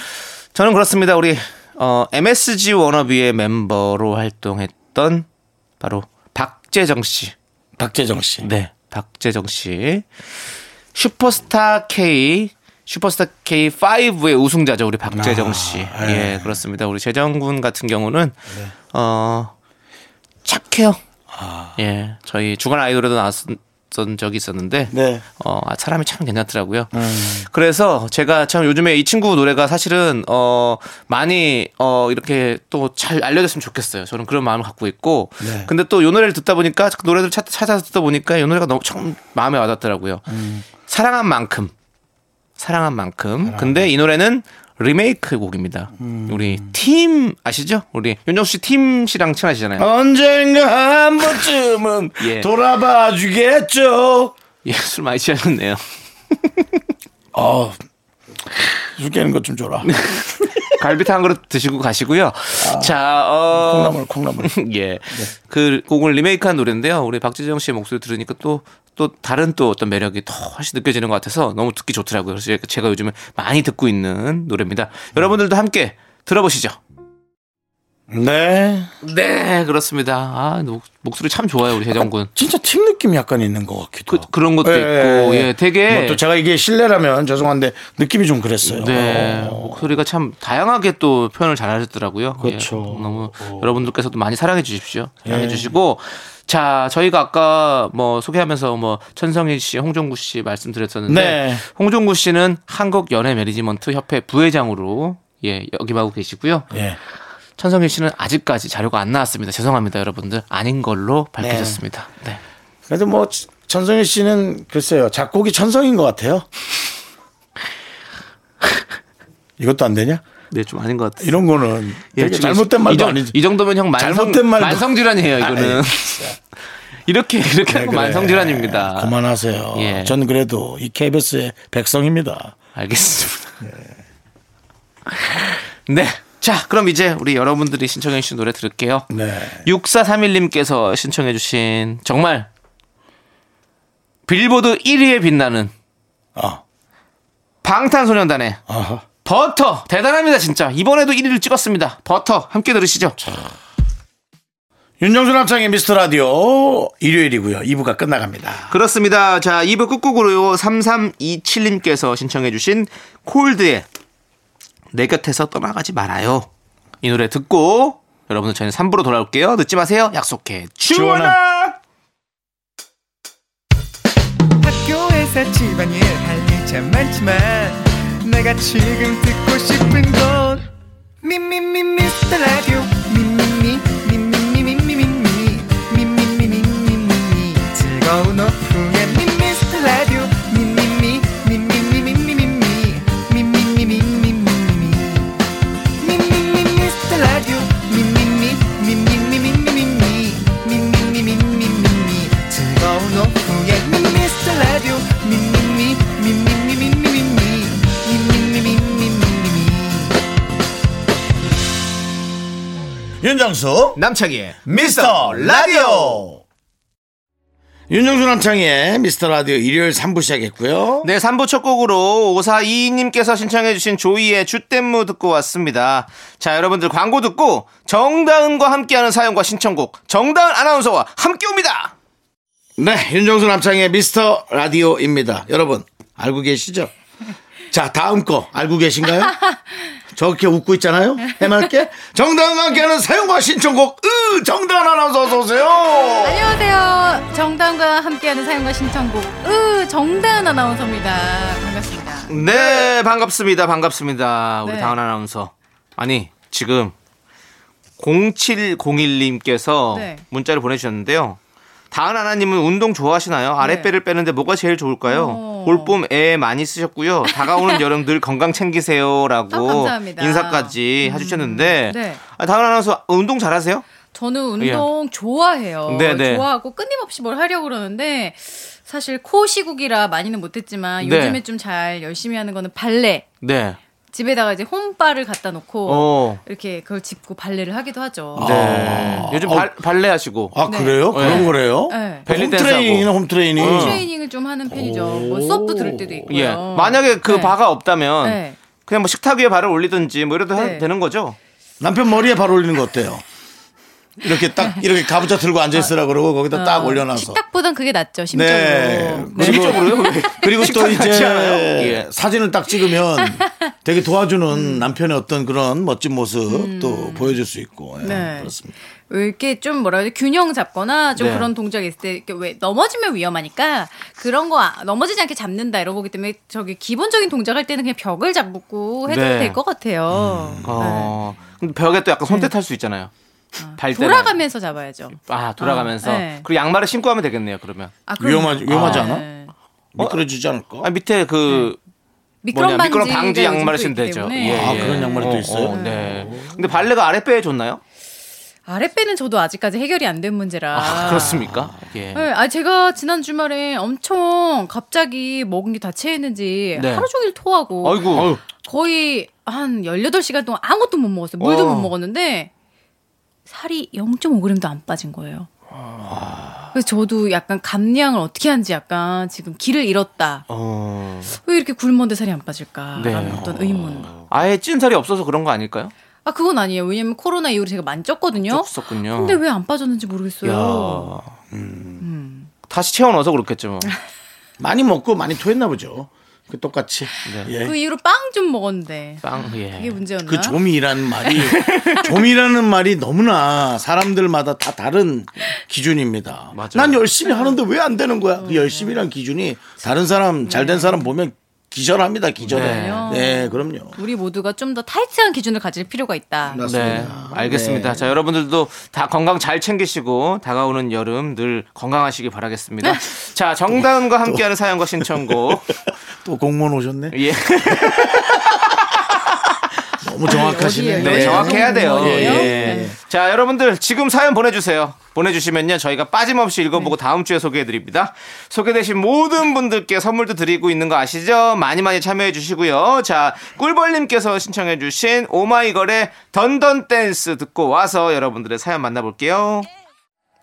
Speaker 2: 저는 그렇습니다. 우리 어, MSG 워너비의 멤버로 활동했던 바로 박재정 씨.
Speaker 1: 박재정 씨.
Speaker 2: 네, 박재정 씨. 슈퍼스타 K 슈퍼스타 K 5의 우승자죠 우리 박재정 씨. 예, 그렇습니다. 우리 재정 군 같은 경우는 어 착해요. 예, 저희 주간 아이돌에도 나왔던 적이 있었는데
Speaker 1: 네.
Speaker 2: 어, 아, 사람이 참 괜찮더라고요. 그래서 제가 참 요즘에 이 친구 노래가 사실은 어, 많이 어, 이렇게 또 잘 알려졌으면 좋겠어요. 저는 그런 마음을 갖고 있고. 근데 또 이 노래를 듣다 보니까 그 노래를 찾, 찾아서 듣다 보니까 이 노래가 너무 참 마음에 와닿더라고요. 사랑한 만큼. 사랑한 만큼. 음. 근데 이 노래는 리메이크 곡입니다. 우리 팀 아시죠? 우리 윤정 씨 팀 씨랑 친하시잖아요.
Speaker 1: 언젠가 한 번쯤은
Speaker 2: 예.
Speaker 1: 돌아봐 주겠죠.
Speaker 2: 예, 술 많이 취하셨네요.
Speaker 1: 어, 술 깨는 것 좀 줘라.
Speaker 2: 갈비탕 한 그릇 드시고 가시고요. 자, 어
Speaker 1: 콩나물, 콩나물.
Speaker 2: 예. 그 곡을 리메이크한 노래인데요. 우리 박지정 씨의 목소리 들으니까 또, 또 다른 또 어떤 매력이 더 훨씬 느껴지는 것 같아서 너무 듣기 좋더라고요. 그래서 제가- 제가 요즘에 많이 듣고 있는 노래입니다. 여러분들도 함께 들어보시죠.
Speaker 1: 네.
Speaker 2: 네, 그렇습니다. 아, 목- 목소리 참 좋아요, 우리 재정군.
Speaker 1: 진짜 팀 느낌이 약간 있는 것 같기도
Speaker 2: 그,
Speaker 1: 하고.
Speaker 2: 그런 것도 있고, 예, 되게.
Speaker 1: 뭐또 제가 이게 실례라면 죄송한데 느낌이 좀 그랬어요.
Speaker 2: 네
Speaker 1: 어.
Speaker 2: 목소리가 참 다양하게 또 표현을 잘하셨더라고요.
Speaker 1: 그렇죠. 예.
Speaker 2: 예, 너무 여러분들께서도 많이 사랑해 주십시오. 사랑해 주시고 자 저희가 아까 뭐 소개하면서 뭐 천성일 씨, 홍종구 씨 말씀드렸었는데
Speaker 1: 네.
Speaker 2: 홍종구 씨는 한국 연예 매니지먼트 협회 부회장으로 예 역임하고 계시고요.
Speaker 1: 예.
Speaker 2: 천성일 씨는 아직까지 자료가 안 나왔습니다. 죄송합니다, 여러분들 아닌 걸로 밝혀졌습니다. 네.
Speaker 1: 그래도 뭐 천성일 씨는 글쎄요 작곡이 천성인 것 같아요. 이것도 안 되냐?
Speaker 2: 네, 좀 아닌 것 같아요.
Speaker 1: 이런 거는
Speaker 2: 예,
Speaker 1: 되게 그렇죠.
Speaker 2: 지금
Speaker 1: 잘못된 말도
Speaker 2: 이 정-
Speaker 1: 아니지.
Speaker 2: 이 정도면 형 만성
Speaker 1: 잘못된 말도-
Speaker 2: 만성 질환이에요, 이거는.
Speaker 1: 아, 네,
Speaker 2: 이렇게 이렇게 하는 거
Speaker 1: 그래. 아,
Speaker 2: 만성 질환입니다.
Speaker 1: 네, 그만하세요.
Speaker 2: 예.
Speaker 1: 전 그래도 이 KBS의 백성입니다.
Speaker 2: 알겠습니다.
Speaker 1: 예.
Speaker 2: 네. 자, 그럼 이제 우리 여러분들이 신청해 주신 노래 들을게요.
Speaker 1: 네.
Speaker 2: 6431님께서 신청해 주신 정말 빌보드 1위에 빛나는
Speaker 1: 아,
Speaker 2: 방탄소년단의
Speaker 1: 아하.
Speaker 2: 버터 대단합니다 진짜 이번에도 1위를 찍었습니다 버터 함께 들으시죠
Speaker 1: 윤정수 남창의 미스터 라디오 일요일이고요. 2부가 끝나갑니다.
Speaker 2: 그렇습니다. 자, 2부 끝곡으로요. 3327님께서 신청해주신 콜드의 내 곁에서 떠나가지 말아요. 이 노래 듣고 여러분들 저희는 3부로 돌아올게요. 늦지 마세요. 약속해. 주원아!
Speaker 4: 학교에서 집안일 할 일 참 많지만 내가 지금 듣고 싶은 건 미미미 미스터 라디오 미미미 미미미 미미미 미미미 미미미 즐거운 오후에 미스터 라디오 미미미 미미미 미미미 미미미 미미미
Speaker 1: 윤정수
Speaker 2: 남창희의
Speaker 1: 미스터 라디오. 윤정수 남창의 미스터 라디오 일요일 3부 시작했고요.
Speaker 2: 네, 3부 첫 곡으로 5422님께서 신청해주신 조이의 주댐무 듣고 왔습니다. 자, 여러분들 광고 듣고 정다은과 함께하는 사연과 신청곡 정다은 아나운서와 함께 옵니다!
Speaker 1: 네, 윤정수 남창의 미스터 라디오입니다. 여러분, 알고 계시죠? 자, 다음 거 알고 계신가요? 저렇게 웃고 있잖아요? 해맑게? 정당과 함께하는 사용과 신청곡, 으, 정당 아나운서 어서오세요!
Speaker 5: 안녕하세요. 정다은과 함께하는 사연과 신청곡 으 정다은 아나운서입니다. 반갑습니다.
Speaker 2: 네, 반갑습니다. 반갑습니다. 우리
Speaker 5: 네.
Speaker 2: 다은 아나운서. 아니, 지금 0701님께서
Speaker 5: 네.
Speaker 2: 문자를 보내주셨는데요. 다은 아나님은 운동 좋아하시나요?
Speaker 5: 네.
Speaker 2: 아랫배를 빼는데 뭐가 제일 좋을까요?
Speaker 5: 오.
Speaker 2: 올봄 애 많이 쓰셨고요. 다가오는 여름 늘 건강 챙기세요라고
Speaker 5: 아, 감사합니다. 음.
Speaker 2: 인사까지 해주셨는데
Speaker 5: 네.
Speaker 2: 아, 다은 아나운서 운동 잘하세요?
Speaker 5: 저는 운동 좋아해요.
Speaker 2: 예. 네네.
Speaker 5: 좋아하고 끊임없이 뭘 하려고 그러는데 사실 코 시국이라 많이는 못했지만
Speaker 2: 네.
Speaker 5: 요즘에 좀 잘 열심히 하는 거는 발레,
Speaker 2: 네.
Speaker 5: 집에다가 이제 홈바를 갖다 놓고
Speaker 2: 어.
Speaker 5: 이렇게 그걸 짚고 발레를 하기도 하죠.
Speaker 2: 네. 요즘 발, 발레 하시고.
Speaker 1: 아
Speaker 5: 네.
Speaker 1: 그래요? 그런 거래요?
Speaker 5: 네.
Speaker 2: 벨리댄스하고. 어.
Speaker 1: 홈트레이닝이나 홈트레이닝.
Speaker 5: 트레이닝을 좀 하는 편이죠. 뭐 수업도 들을 때도 있고요.
Speaker 2: 음. 예. 만약에 그
Speaker 5: 네.
Speaker 2: 바가 없다면
Speaker 5: 네.
Speaker 2: 그냥 뭐 식탁 위에 발을 올리든지 뭐 이래도 해도
Speaker 5: 네.
Speaker 2: 되는 거죠.
Speaker 1: 남편 머리에 발 올리는 거 어때요? 이렇게 딱 이렇게 가부좌 들고 앉아 있으라 그러고 거기다 딱
Speaker 5: 어,
Speaker 1: 올려놔서.
Speaker 5: 식탁보단 그게 낫죠. 심적으로.
Speaker 1: 네.
Speaker 5: 네.
Speaker 1: 그리고 그리고 또
Speaker 2: 식탁 같지
Speaker 1: 이제
Speaker 2: 않아요? 예.
Speaker 1: 사진을 딱 찍으면 되게 도와주는 남편의 어떤 그런 멋진 모습
Speaker 2: 음.
Speaker 1: 또 보여줄 수 있고. 예,
Speaker 5: 네.
Speaker 1: 그렇습니다.
Speaker 5: 왜 이렇게 좀 뭐라 해야 돼 균형 잡거나 좀
Speaker 2: 네.
Speaker 5: 그런 동작이 있을 때 이렇게 왜 넘어지면 위험하니까 그런 거 아- 넘어지지 않게 잡는다 이런 거기 때문에 저기 기본적인 동작할 때는 그냥 벽을 잡고 해도
Speaker 2: 네.
Speaker 5: 될 것 같아요.
Speaker 2: 어. 근데 벽에 또 약간 손대 탈수 있잖아요. 발
Speaker 5: 네.
Speaker 2: 때는.
Speaker 5: 돌아가면서 잡아야죠.
Speaker 2: 아 돌아가면서
Speaker 5: 어, 네.
Speaker 2: 그리고 양말을 신고 하면 되겠네요 그러면
Speaker 5: 아, 그럼요.
Speaker 1: 위험하지 위험하지
Speaker 5: 아,
Speaker 1: 않아?
Speaker 5: 네.
Speaker 1: 미끄러지지 않을까?
Speaker 2: 아 밑에 그 뭐냐
Speaker 5: 미끄럼 방지
Speaker 2: 미끄럼 방지 양말을 신면 되죠 예,
Speaker 1: 아, 그런 양말이 또
Speaker 2: 어,
Speaker 1: 있어요?
Speaker 2: 어, 네 근데 발레가 아랫배에 좋나요
Speaker 5: 아랫배는 저도 아직까지 해결이 안 된 문제라.
Speaker 2: 아, 그렇습니까 예
Speaker 5: 네, 아 제가 지난 주말에 엄청 갑자기 먹은 게 다 체했는지
Speaker 2: 네.
Speaker 5: 하루 종일 토하고
Speaker 2: 아이고
Speaker 5: 거의 한 18시간 동안 아무것도 못 먹었어요. 물도
Speaker 2: 어.
Speaker 5: 못 먹었는데 살이 0.5g도 안 빠진 거예요. 그래서 저도 약간 감량을 어떻게 하는지 약간 지금 길을 잃었다.
Speaker 2: 어
Speaker 5: 왜 이렇게 굶었는데 살이 안 빠질까라는
Speaker 2: 네.
Speaker 5: 어떤 의문.
Speaker 2: 아예 찐살이 없어서 그런 거 아닐까요
Speaker 5: 아 그건 아니에요. 왜냐면 코로나 이후로 제가 많이 쪘거든요.
Speaker 2: 없었군요
Speaker 5: 근데 왜 안 빠졌는지 모르겠어요.
Speaker 2: 야, 다시 채워 넣어서 그렇겠죠 뭐
Speaker 1: 많이 먹고 많이 토했나 보죠. 그 똑같이. 예.
Speaker 5: 그 이후로 빵 좀 먹었는데
Speaker 2: 빵, 예.
Speaker 5: 그게 문제였나?
Speaker 1: 그 좀이라는 말이 좀이라는 말이 너무나 사람들마다 다 다른 기준입니다.
Speaker 2: 맞아요.
Speaker 1: 난 열심히 하는데 왜 안 되는 거야? 그 열심이란 기준이 다른 사람 잘 된 사람 보면 기절합니다. 기절해.
Speaker 2: 네.
Speaker 1: 네, 그럼요.
Speaker 5: 우리 모두가 좀 더 타이트한 기준을 가질 필요가 있다.
Speaker 2: 네,
Speaker 1: 맞습니다.
Speaker 2: 알겠습니다.
Speaker 1: 네.
Speaker 2: 자, 여러분들도 다 건강 잘 챙기시고 다가오는 여름 늘 건강하시기 바라겠습니다. 자, 정다은과 함께하는 사연과 신청곡.
Speaker 1: 또 공무원 오셨네.
Speaker 2: 예.
Speaker 1: 너무 정확하시네.
Speaker 5: 어디예요?
Speaker 2: 네,
Speaker 5: 예.
Speaker 2: 정확해야 돼요.
Speaker 5: 예.
Speaker 2: 예. 자, 여러분들 지금 사연 보내주세요. 보내주시면요 저희가 빠짐없이 읽어보고 다음 주에 소개해드립니다. 소개되신 모든 분들께 선물도 드리고 있는 거 아시죠? 많이 많이 참여해주시고요. 자, 꿀벌님께서 신청해주신 오마이걸의 던던 댄스 듣고 와서 여러분들의 사연 만나볼게요.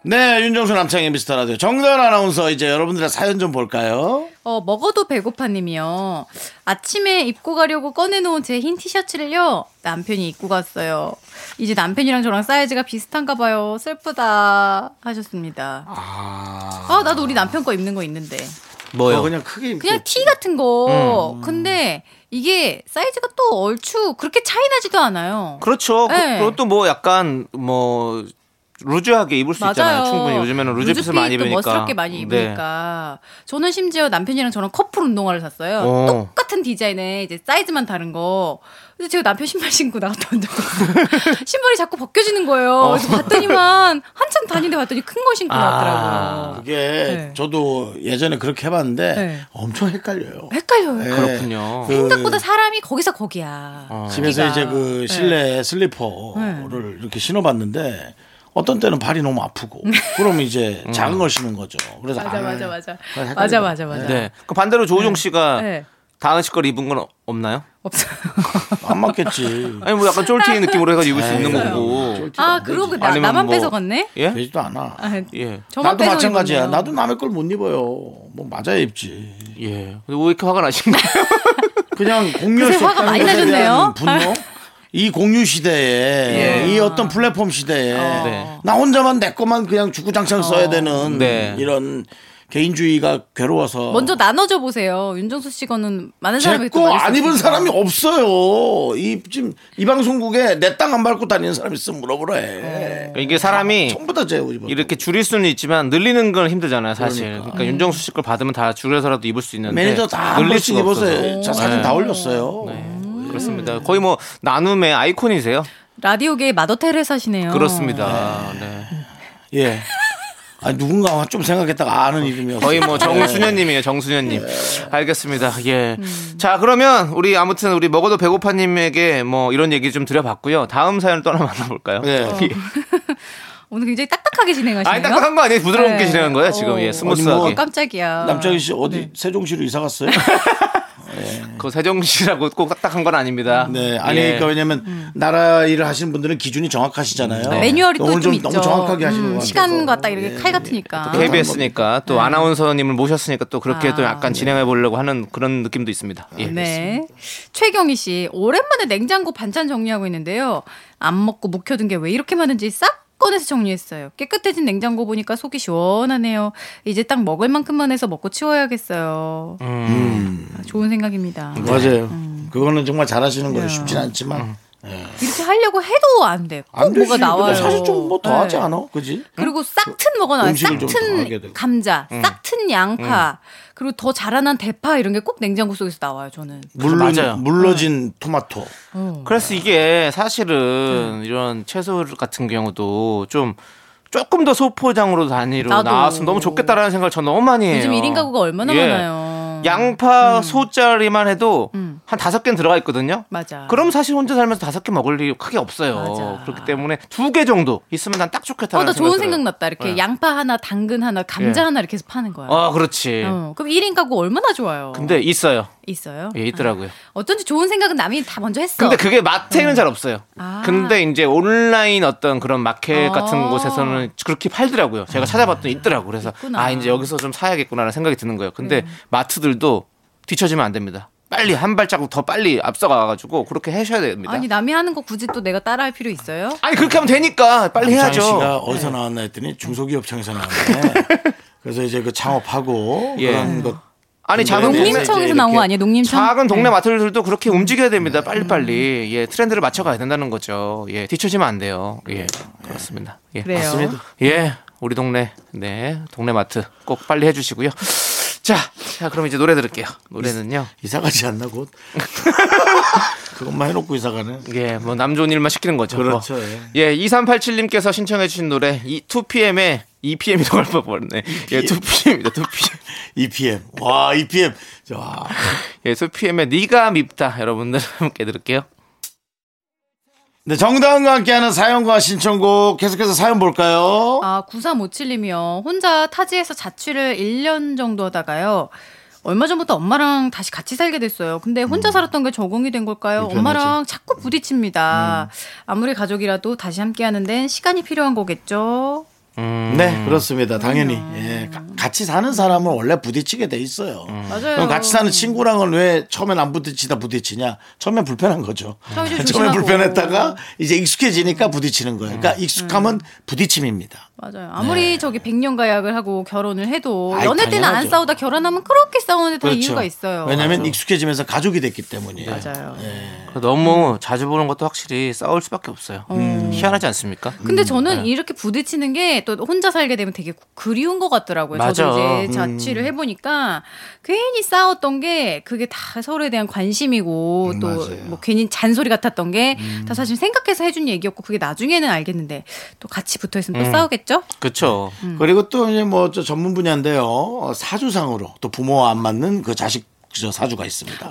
Speaker 1: 네, 윤정수 남창의 미스터 라디오 정다은 아나운서 이제 여러분들의 사연 좀 볼까요?
Speaker 5: 어, 먹어도 배고파님이요. 아침에 입고 가려고 꺼내놓은 제 흰 티셔츠를요, 남편이 입고 갔어요. 이제 남편이랑 저랑 사이즈가 비슷한가 봐요. 슬프다. 하셨습니다. 아, 나도 우리 남편 거 입는 거 있는데.
Speaker 1: 뭐요? 어, 그냥 크게 입고
Speaker 5: 그냥 티 같은 거. 근데 이게 사이즈가 또 얼추 그렇게 차이 나지도 않아요.
Speaker 2: 그렇죠.
Speaker 5: 네.
Speaker 2: 그, 그것도 뭐 약간 뭐 루즈하게 입을 수 있잖아요. 충분히 요즘에는 루즈 핏을 많이
Speaker 5: 핏도
Speaker 2: 입으니까.
Speaker 5: 멋스럽게 많이
Speaker 2: 네.
Speaker 5: 입으니까. 저는 심지어 남편이랑 저랑 커플 운동화를 샀어요.
Speaker 2: 어.
Speaker 5: 똑같은 디자인에 이제 사이즈만 다른 거. 근데 제가 남편 신발 신고 나갔던 적 있어요. 신발이 자꾸 벗겨지는 거예요. 그래서 봤더니만 한참 다니는데 봤더니 큰 거 신고
Speaker 2: 어. 아.
Speaker 5: 나왔더라고요.
Speaker 1: 그게
Speaker 5: 네.
Speaker 1: 저도 예전에 그렇게 해봤는데
Speaker 5: 네.
Speaker 1: 엄청 헷갈려요.
Speaker 5: 헷갈려요.
Speaker 1: 네.
Speaker 2: 그렇군요.
Speaker 1: 그-
Speaker 5: 생각보다 네. 사람이 거기서 거기야.
Speaker 2: 어.
Speaker 1: 집에서
Speaker 5: 크기가.
Speaker 1: 이제 그 실내 슬리퍼를
Speaker 5: 네.
Speaker 1: 이렇게 신어봤는데 어떤 때는 발이 너무 아프고 그러면 이제
Speaker 2: 음.
Speaker 1: 작은 걸 신은 거죠. 그래서
Speaker 5: 맞아
Speaker 1: 아,
Speaker 5: 맞아 맞아.
Speaker 1: 그거 헷갈리다.
Speaker 5: 맞아 맞아 맞아.
Speaker 2: 네. 그 반대로 조우종 씨가
Speaker 5: 네.
Speaker 2: 다은 씨걸 입은 건 없나요?
Speaker 5: 없어요.
Speaker 1: 안 맞겠지. 네.
Speaker 2: 아니 뭐 약간 쫄티 느낌으로 해가지고 입을 수 있는
Speaker 1: 에이,
Speaker 2: 거고.
Speaker 1: 쫄티도
Speaker 5: 아
Speaker 1: 안 되지.
Speaker 5: 그러고 나,
Speaker 2: 아니면
Speaker 5: 나만
Speaker 2: 뭐-
Speaker 5: 뺏어갔네.
Speaker 2: 예?
Speaker 1: 되지도 않아.
Speaker 5: 아,
Speaker 2: 예.
Speaker 5: 저만
Speaker 1: 나도
Speaker 5: 뺏어
Speaker 1: 마찬가지야.
Speaker 5: 입었네요.
Speaker 1: 나도 남의 걸 못 입어요. 뭐 맞아야 입지.
Speaker 2: 예. 근데 왜 이렇게 화가 나신 거예요?
Speaker 1: 그냥 공유할
Speaker 5: 그새
Speaker 1: 수
Speaker 5: 화가
Speaker 1: 없다는
Speaker 5: 많이
Speaker 1: 것에 대한
Speaker 5: 나셨네요.
Speaker 1: 분노. 이 공유 시대에
Speaker 2: 예.
Speaker 1: 이 어떤 플랫폼 시대에
Speaker 2: 네.
Speaker 1: 나 혼자만 내 것만 그냥
Speaker 5: 어.
Speaker 1: 주구장창 써야 되는
Speaker 2: 네.
Speaker 1: 이런 개인주의가 괴로워서
Speaker 5: 먼저 나눠줘 보세요. 윤정수 씨 거는 많은 사람이
Speaker 1: 어. 제거 안 입은 사람이 없어요. 이 지금 이 방송국에 내 땅 안 밟고 다니는 사람 있으면 물어보라 해.
Speaker 2: 그러니까
Speaker 1: 아,
Speaker 2: 이게 사람이
Speaker 1: 전부 다제 뭐. 입었.
Speaker 2: 이렇게 줄일 수는 있지만 늘리는 건 힘들잖아요, 사실. 그러니까, 윤정수 씨 걸 받으면 다 줄여서라도 입을 수
Speaker 1: 음.
Speaker 2: 있는데
Speaker 1: 매니저 다한 번씩
Speaker 2: 수가 없어서.
Speaker 1: 입어서 자 사진
Speaker 2: 네.
Speaker 1: 다 올렸어요.
Speaker 5: 음.
Speaker 2: 그렇습니다. 거의 뭐 나눔의 아이콘이세요.
Speaker 5: 어. 라디오계의 마더 테레사시네요.
Speaker 2: 그렇습니다. 네.
Speaker 1: 예. 아 누군가 좀 생각했다가 아는 이름이었어요.
Speaker 2: 거의 뭐
Speaker 5: 네.
Speaker 2: 정수녀님이에요, 정수녀님. 알겠습니다. 예.
Speaker 5: 음.
Speaker 2: 자, 그러면 우리 아무튼 우리 먹어도 배고파님에게 뭐 이런 얘기 좀 드려봤고요. 다음 사연 떠나 만나볼까요?
Speaker 1: 네.
Speaker 2: 예.
Speaker 5: 오늘 굉장히 딱딱하게 진행하시네요.
Speaker 2: 아니 딱딱한 거 아니에요? 부드럽게
Speaker 5: 네.
Speaker 2: 진행한 거예요 지금
Speaker 5: 어.
Speaker 2: 예
Speaker 1: 아니,
Speaker 2: 스무스하게.
Speaker 1: 뭐
Speaker 5: 깜짝이야. 네.
Speaker 1: 남창희 씨 어디 세종시로 이사 갔어요?
Speaker 2: 그 세정시라고 꼭 딱 한 건 아닙니다.
Speaker 1: 네, 아니
Speaker 2: 예.
Speaker 1: 그러니까 왜냐면 나라 일을 하시는 분들은 기준이 정확하시잖아요.
Speaker 5: 음. 네. 매뉴얼이 또
Speaker 1: 오늘
Speaker 5: 좀
Speaker 1: 좀
Speaker 5: 있죠.
Speaker 1: 너무 정확하게 하시는
Speaker 5: 음,
Speaker 1: 것 같아서.
Speaker 5: 시간과 딱 이렇게
Speaker 1: 예,
Speaker 5: 칼
Speaker 1: 예.
Speaker 5: 같으니까.
Speaker 2: KBS니까 또 아나운서님을 모셨으니까 또 그렇게 또
Speaker 5: 아.
Speaker 2: 약간 진행해 보려고 하는 그런 느낌도 있습니다. 예.
Speaker 5: 네. 최경희 씨, 오랜만에 냉장고 반찬 정리하고 있는데요. 안 먹고 묵혀둔 게 왜 이렇게 많은지 싹 꺼내서 정리했어요. 깨끗해진 냉장고 보니까 속이 시원하네요. 이제 딱 먹을 만큼만 해서 먹고 치워야겠어요.
Speaker 1: 음.
Speaker 5: 아, 좋은 생각입니다.
Speaker 1: 맞아요.
Speaker 5: 음.
Speaker 1: 그거는 정말 잘하시는
Speaker 5: 네.
Speaker 1: 거예요. 쉽진 않지만
Speaker 5: 이렇게 하려고 해도 안 돼. 꼭
Speaker 1: 안 되지.
Speaker 5: 음. 뭐가 나와요.
Speaker 1: 사실 좀 뭐 더 하지
Speaker 5: 네.
Speaker 1: 않아? 그지?
Speaker 5: 그리고 싹튼 먹어놔요.
Speaker 1: 음식을 좀더 하게
Speaker 5: 싹튼
Speaker 1: 되고. 음.
Speaker 5: 감자, 싹튼 양파, 그리고 더 자라난 대파 이런 게 꼭 냉장고 속에서 나와요. 저는.
Speaker 1: 물론
Speaker 2: 맞아요.
Speaker 5: 음.
Speaker 1: 물러진 토마토.
Speaker 2: 그래서 이게 사실은
Speaker 5: 네.
Speaker 2: 이런 채소 같은 경우도 좀 조금 더 소포장으로 단위로
Speaker 5: 나도.
Speaker 2: 나왔으면 너무 좋겠다라는 생각을 저 너무 많이 해요.
Speaker 5: 요즘 1인 가구가 얼마나
Speaker 2: 예.
Speaker 5: 많아요.
Speaker 2: 양파 소짜리만 해도
Speaker 5: 음.
Speaker 2: 한 다섯 개는 들어가 있거든요.
Speaker 5: 맞아.
Speaker 2: 그럼 사실 혼자 살면서 다섯 개 먹을 일이 크게 없어요.
Speaker 5: 맞아.
Speaker 2: 그렇기 때문에 두 개 정도 있으면 난 딱
Speaker 5: 어,
Speaker 2: 좋겠다라는
Speaker 5: 나 좋은
Speaker 2: 생각이
Speaker 5: 생각
Speaker 2: 들어요.
Speaker 5: 났다. 이렇게
Speaker 2: 예.
Speaker 5: 양파 하나, 당근 하나, 감자
Speaker 2: 예.
Speaker 5: 하나 이렇게 해서 파는 거야.
Speaker 2: 어, 그렇지.
Speaker 5: 어, 그럼 1인 가구 얼마나 좋아요.
Speaker 2: 근데 있어요.
Speaker 5: 있어요. 아,
Speaker 2: 예, 있더라고요.
Speaker 5: 어쩐지 좋은 생각은 남이 다 먼저 했어.
Speaker 2: 근데 그게 마트에는 잘 없어요.
Speaker 5: 그러니까 아.
Speaker 2: 근데 이제 온라인 어떤 그런 마켓
Speaker 5: 어. 음.
Speaker 2: 같은 곳에서는 그렇게 팔더라고요. 제가 찾아봤더니 있더라고. 그래서
Speaker 5: 있구나. 음.
Speaker 2: 아 이제 여기서 좀 사야겠구나라는 생각이 드는 거예요. 근데 마트들도 뒤처지면 안 됩니다. 빨리 한 발자국 더 빨리 앞서가가지고 그렇게 하셔야 됩니다.
Speaker 5: 아니
Speaker 2: 아니,
Speaker 5: 남이 하는 거 굳이 또 내가 따라할 필요 있어요?
Speaker 2: 그렇게 하면 되니까 빨리
Speaker 1: 장희 씨가
Speaker 2: 해야죠. 네. 음.
Speaker 1: 어디서 나왔나 했더니 중소기업청에서 나왔는데 그래서 이제 그 창업하고
Speaker 2: 예.
Speaker 1: 그런 것
Speaker 2: 아니 작은
Speaker 1: 농림청
Speaker 2: 동네
Speaker 1: 이제
Speaker 5: 농림청에서 나온 거
Speaker 1: 이렇게
Speaker 5: 아니에요? 농림청.
Speaker 2: 작은 동네 마트들도 그렇게 움직여야 됩니다. 빨리빨리 예 트렌드를 맞춰가야 된다는 거죠. 예 뒤처지면 안 돼요. 예 그렇습니다. 예.
Speaker 5: 그래요.
Speaker 2: 예, 우리 동네, 네, 동네 마트 꼭 빨리 해주시고요. 자, 자, 그럼 이제 노래 들을게요. 노래는요.
Speaker 1: 이사 가지 않나 곧. 그것만 해놓고 이사 가네.
Speaker 2: 예, 뭐, 남 좋은 일만 시키는 거죠.
Speaker 1: 그렇죠,
Speaker 2: 뭐.
Speaker 1: 예.
Speaker 2: 예, 2387님께서 신청해주신 노래, 이 2PM의 2PM이라고 할 뻔했네. 예, 2PM이다, 2PM.
Speaker 1: EPM. E 와 EPM. 와.
Speaker 2: 예, 2PM의 네가 밉다. 여러분들 함께 들을게요.
Speaker 1: 네 정다은과 함께하는 사연과 신청곡 계속해서 사연 볼까요?
Speaker 5: 아, 9357님이요. 혼자 타지에서 자취를 1년 정도 하다가요. 얼마 전부터 엄마랑 다시 같이 살게 됐어요. 근데 혼자 살았던 게 적응이 된 걸까요?
Speaker 1: 음. 불편하지.
Speaker 5: 엄마랑 자꾸
Speaker 1: 음.
Speaker 5: 부딪힙니다. 아무리 가족이라도 다시 함께 하는 데는 시간이 필요한 거겠죠? 음.
Speaker 1: 네 그렇습니다 당연히 예, 가- 같이 사는 사람은 원래 부딪히게 돼 있어요
Speaker 5: 맞아요.
Speaker 1: 그럼 같이 사는 친구랑은 왜 처음엔 안 부딪히다 부딪히냐 처음엔 불편한 거죠
Speaker 5: 처음에 좀
Speaker 1: 처음엔
Speaker 5: 조심하고. 음.
Speaker 1: 불편했다가 이제 익숙해지니까 부딪히는 거예요 그러니까 익숙함은 부딪힘입니다
Speaker 5: 맞아요. 아무리 저기 백년 가약을 하고 결혼을 해도
Speaker 1: 네. 아이,
Speaker 5: 연애 때는
Speaker 1: 당연하죠.
Speaker 5: 안
Speaker 1: 그렇죠. 네,
Speaker 5: 싸우다 결혼하면 그렇게 싸우는데 다 이유가 있어요.
Speaker 1: 왜냐하면 익숙해지면서 가족이 됐기 때문이에요 예.
Speaker 5: 맞아요.
Speaker 2: 너무 자주 보는 것도 확실히 싸울 수밖에 없어요. 희한하지 않습니까?
Speaker 1: 음,
Speaker 5: 근데 저는
Speaker 1: 네.
Speaker 5: 이렇게 부딪히는 게 또 혼자 살게 되면 되게 그리운 것 같더라고요. 저도
Speaker 2: 맞아.
Speaker 5: 이제
Speaker 1: 음.
Speaker 5: 자취를 해보니까 괜히 싸웠던 게 그게 다 서로에 대한 관심이고 또
Speaker 1: 음, 맞아요. 음.
Speaker 5: 뭐 괜히 잔소리 같았던 게 다 사실 생각해서 해준 얘기였고 그게 나중에는 알겠는데 또 같이 붙어 있으면
Speaker 1: 음.
Speaker 5: 또 싸우겠죠?
Speaker 2: 그쵸.
Speaker 5: 음.
Speaker 1: 그리고 또 이제 뭐 저 전문 분야인데요 어, 사주상으로 또 부모와 안 맞는 그 자식 저 사주가 있습니다 예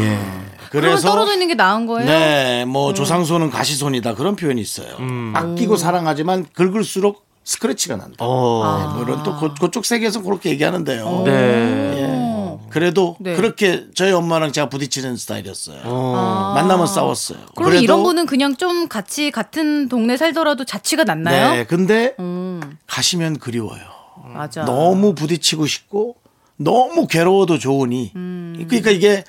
Speaker 5: 음. 그러면
Speaker 1: 그래서
Speaker 5: 떨어져 있는 게 나은 거예요? 음.
Speaker 1: 네, 뭐 조상손은 가시손이다 그런 표현이 있어요. 아끼고 사랑하지만 긁을수록 스크래치가 난다.
Speaker 5: 아.
Speaker 2: 어.
Speaker 1: 뭐 이런 또 그, 그쪽 세계에서 그렇게 얘기하는데요. 예.
Speaker 2: 네.
Speaker 5: 어.
Speaker 1: 그래도
Speaker 5: 네.
Speaker 1: 그렇게 저희 엄마랑 제가 부딪히는 스타일이었어요. 만나면 싸웠어요.
Speaker 5: 그럼 이런 분은 그냥 좀 같이 같은 동네 살더라도 자취가 낫나요?
Speaker 1: 네, 근데
Speaker 5: 음,
Speaker 1: 가시면 그리워요.
Speaker 5: 맞아.
Speaker 1: 너무 부딪히고 싶고 너무 괴로워도 좋으니 그러니까 이게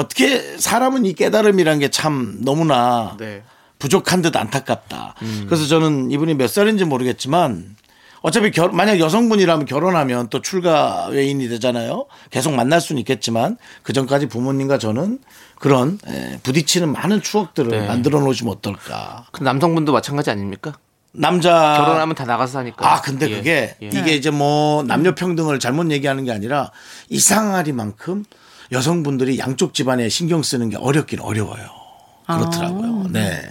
Speaker 1: 어떻게 사람은 이 깨달음이란 게 참 너무나
Speaker 2: 네. 음.
Speaker 1: 부족한 듯 안타깝다. 그래서 저는 이분이 몇 살인지 모르겠지만 어차피 결, 만약 여성분이라면 결혼하면 또 출가 외인이 되잖아요. 계속 만날 수는 있겠지만 그 전까지 부모님과 저는 그런 에, 부딪히는 많은 추억들을
Speaker 2: 네.
Speaker 1: 만들어 놓으시면 어떨까.
Speaker 2: 그 남성분도 마찬가지 아닙니까?
Speaker 1: 남자
Speaker 2: 결혼하면 다 나가서 사니까.
Speaker 1: 아, 근데
Speaker 2: 예,
Speaker 1: 그게
Speaker 2: 예.
Speaker 1: 이게 이제 뭐 남녀 평등을 잘못 얘기하는 게 아니라 이상하리만큼 여성분들이 양쪽 집안에 신경 쓰는 게 어렵긴 어려워요. 그렇더라고요. 네.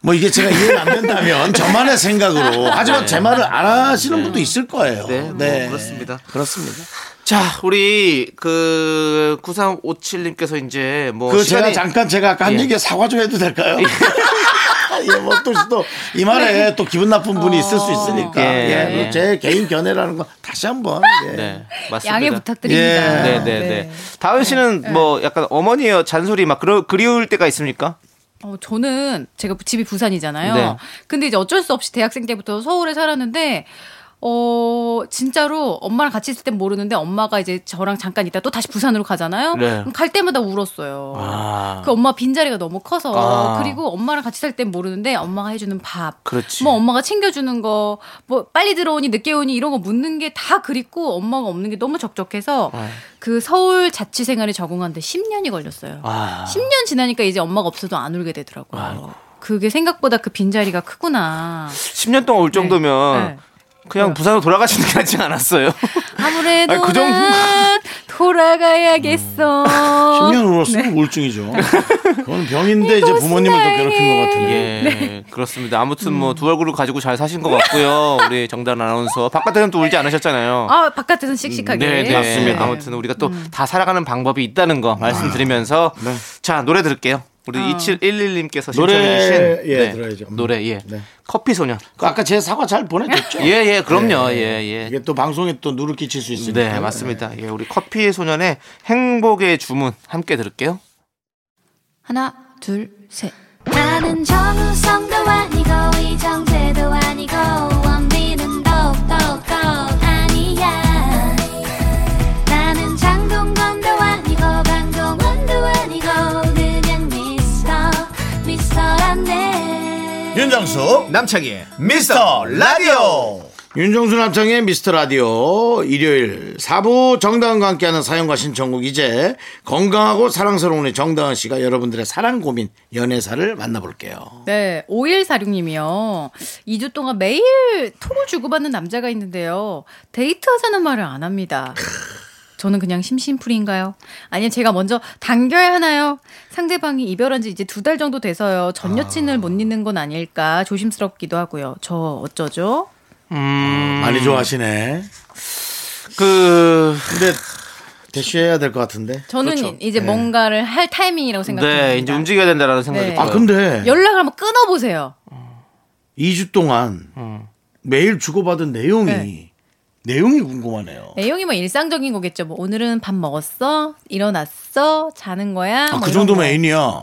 Speaker 1: 뭐 이게 제가 이해가 안 된다면 저만의 생각으로 하지만 제 말을 안 하시는 분도 있을 거예요.
Speaker 2: 네, 뭐 네. 그렇습니다.
Speaker 1: 그렇습니다.
Speaker 2: 자, 우리 그 9357님께서 이제 뭐
Speaker 1: 그 제가
Speaker 2: 시간이
Speaker 1: 잠깐 제가 아까 한
Speaker 2: 예.
Speaker 1: 얘기에 사과 좀 해도 될까요? 예, 뭐또또이 말에 또 기분 나쁜 분이 있을 수 있으니까
Speaker 2: 예,
Speaker 1: 예,
Speaker 2: 예.
Speaker 1: 제 개인 견해라는 건 다시 한번 예.
Speaker 2: 네, 맞습니다.
Speaker 5: 양해 부탁드립니다.
Speaker 1: 예.
Speaker 2: 네, 네, 네. 다은 씨는 뭐 약간 어머니의 잔소리 막 그러, 그리울 때가 있습니까?
Speaker 5: 어, 저는 제가 집이 부산이잖아요.
Speaker 2: 네.
Speaker 5: 근데 이제 어쩔 수 없이 대학생 때부터 서울에 살았는데 어 진짜로 엄마랑 같이 있을 땐 모르는데 엄마가 이제 저랑 잠깐 있다 또 다시 부산으로 가잖아요.
Speaker 2: 네.
Speaker 5: 그럼 갈 때마다 울었어요.
Speaker 2: 아.
Speaker 5: 그 엄마 빈자리가 너무 커서
Speaker 2: 아.
Speaker 5: 그리고 엄마랑 같이 살 땐 모르는데 엄마가 해주는 밥,
Speaker 2: 그렇지.
Speaker 5: 뭐 엄마가 챙겨주는 거, 뭐 빨리 들어오니 늦게 오니 이런 거 묻는 게 다 그립고 엄마가 없는 게 너무 적적해서
Speaker 2: 아.
Speaker 5: 그 서울 자취 생활에 적응하는데 10년이 걸렸어요.
Speaker 2: 아.
Speaker 5: 10년 지나니까 이제 엄마가 없어도 안 울게 되더라고요. 그게 생각보다 그 빈자리가 크구나.
Speaker 2: 10년 동안 올 정도면
Speaker 5: 네.
Speaker 2: 그냥 부산으로 돌아가시는 게 낫지 않았어요?
Speaker 5: 아무래도
Speaker 2: 아니, 그 정도-
Speaker 5: 난 돌아가야겠어. 네.
Speaker 1: 10년 울었으면 우울증이죠. 그건 병인데 이제 부모님을 더 괴롭힌 것 같은데.
Speaker 2: 예, 그렇습니다. 아무튼 뭐 두 얼굴을 가지고 잘 사신 것 같고요. 우리 정단 아나운서 바깥에서는 또 울지 않으셨잖아요.
Speaker 5: 아, 바깥에서는 씩씩하게.
Speaker 2: 네, 네. 맞습니다. 아무튼 우리가 또 다 살아가는 방법이 있다는 거 말씀드리면서 자 노래 들을게요. 우리 2711님께서
Speaker 1: 아, 네. 노래,
Speaker 2: 신청해주신
Speaker 1: 예, 들어야죠. 음.
Speaker 2: 노래 예
Speaker 1: 네.
Speaker 2: 커피 소년
Speaker 1: 그 아까 제 사과 잘 보내줬죠. 네.
Speaker 2: 예 예 그럼요 예예
Speaker 1: 이게 또 방송에 또 누를 끼칠 수 있으니까.
Speaker 2: 네 맞습니다 예 우리 커피 소년의 행복의 주문 함께 들을게요
Speaker 5: 하나, 둘, 셋.
Speaker 3: 나는 정우성도 아니고 이정재도 아니고 원빈은 더욱더 아니야 나는 장동건도 아니고 강동원도 아니고 그냥 미스터 미스터란데
Speaker 1: 윤정수
Speaker 2: 남창희
Speaker 1: 미스터 라디오. 윤정수 남창의 미스터 라디오 일요일 4부 정다은과 함께하는 사연과 신청곡 이제 건강하고 사랑스러운 우리 정다은 씨가 여러분들의 사랑 고민 연애사를 만나볼게요.
Speaker 5: 네, 5146님이요. 2주 동안 매일 톡을 주고받는 남자가 있는데요. 데이트하자는 말을 안 합니다. 저는 그냥 심심풀이인가요? 아니면 제가 먼저 당겨야 하나요? 상대방이 이별한 지 이제 두 달 정도 돼서요. 전 여친을
Speaker 1: 아.
Speaker 5: 못 잊는 건 아닐까 조심스럽기도 하고요. 저 어쩌죠?
Speaker 2: 음.
Speaker 1: 많이 좋아하시네.
Speaker 2: 그
Speaker 1: 근데 대쉬해야 될 것 같은데.
Speaker 5: 저는
Speaker 1: 네.
Speaker 5: 이제 뭔가를 할 타이밍이라고 생각합니다.
Speaker 2: 네, 이제 움직여야 된다라는 생각이
Speaker 5: 네.
Speaker 2: 들어요.
Speaker 1: 아 근데
Speaker 5: 연락을 한번 끊어보세요.
Speaker 1: 2주 동안 매일 주고받은 내용이
Speaker 5: 어. 네.
Speaker 1: 내용이 궁금하네요.
Speaker 5: 내용이 뭐 일상적인 거겠죠. 뭐 오늘은 밥 먹었어? 일어났어? 자는 거야?
Speaker 1: 아,
Speaker 5: 뭐
Speaker 1: 그
Speaker 5: 이런
Speaker 1: 정도면
Speaker 5: 거.
Speaker 1: 애인이야.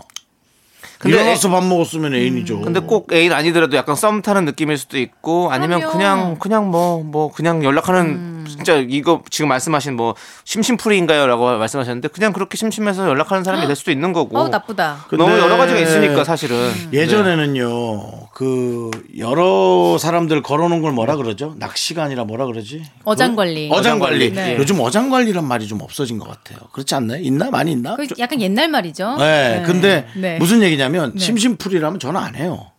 Speaker 2: 근데
Speaker 1: 일어나서 밥 먹었으면
Speaker 5: 음,
Speaker 1: 애인이죠.
Speaker 2: 근데 꼭 애인 아니더라도 약간 썸 타는 느낌일 수도 있고 아니면
Speaker 5: 그럼요. 음.
Speaker 2: 그냥 그냥 뭐 뭐 그냥 연락하는 진짜 이거 지금 말씀하신 뭐 심심풀이인가요라고 말씀하셨는데 그냥 그렇게 심심해서 연락하는 사람이 될 수도 있는 거고.
Speaker 5: 어우 나쁘다.
Speaker 1: 근데 네.
Speaker 2: 너무 여러 가지가 있으니까 사실은 네.
Speaker 1: 예전에는요 그 여러 사람들 걸어놓은 걸 뭐라 그러죠? 낚시가 아니라 뭐라 그러지?
Speaker 5: 어장 관리.
Speaker 1: 어장 관리.
Speaker 5: 네.
Speaker 1: 요즘 어장 관리란 말이 좀 없어진 것 같아요. 그렇지 않나요? 있나 많이 있나?
Speaker 5: 그 약간 옛날 말이죠.
Speaker 1: 어? 네, 근데
Speaker 5: 네.
Speaker 1: 무슨 얘기냐면 심심풀이라면 저는 안 해요.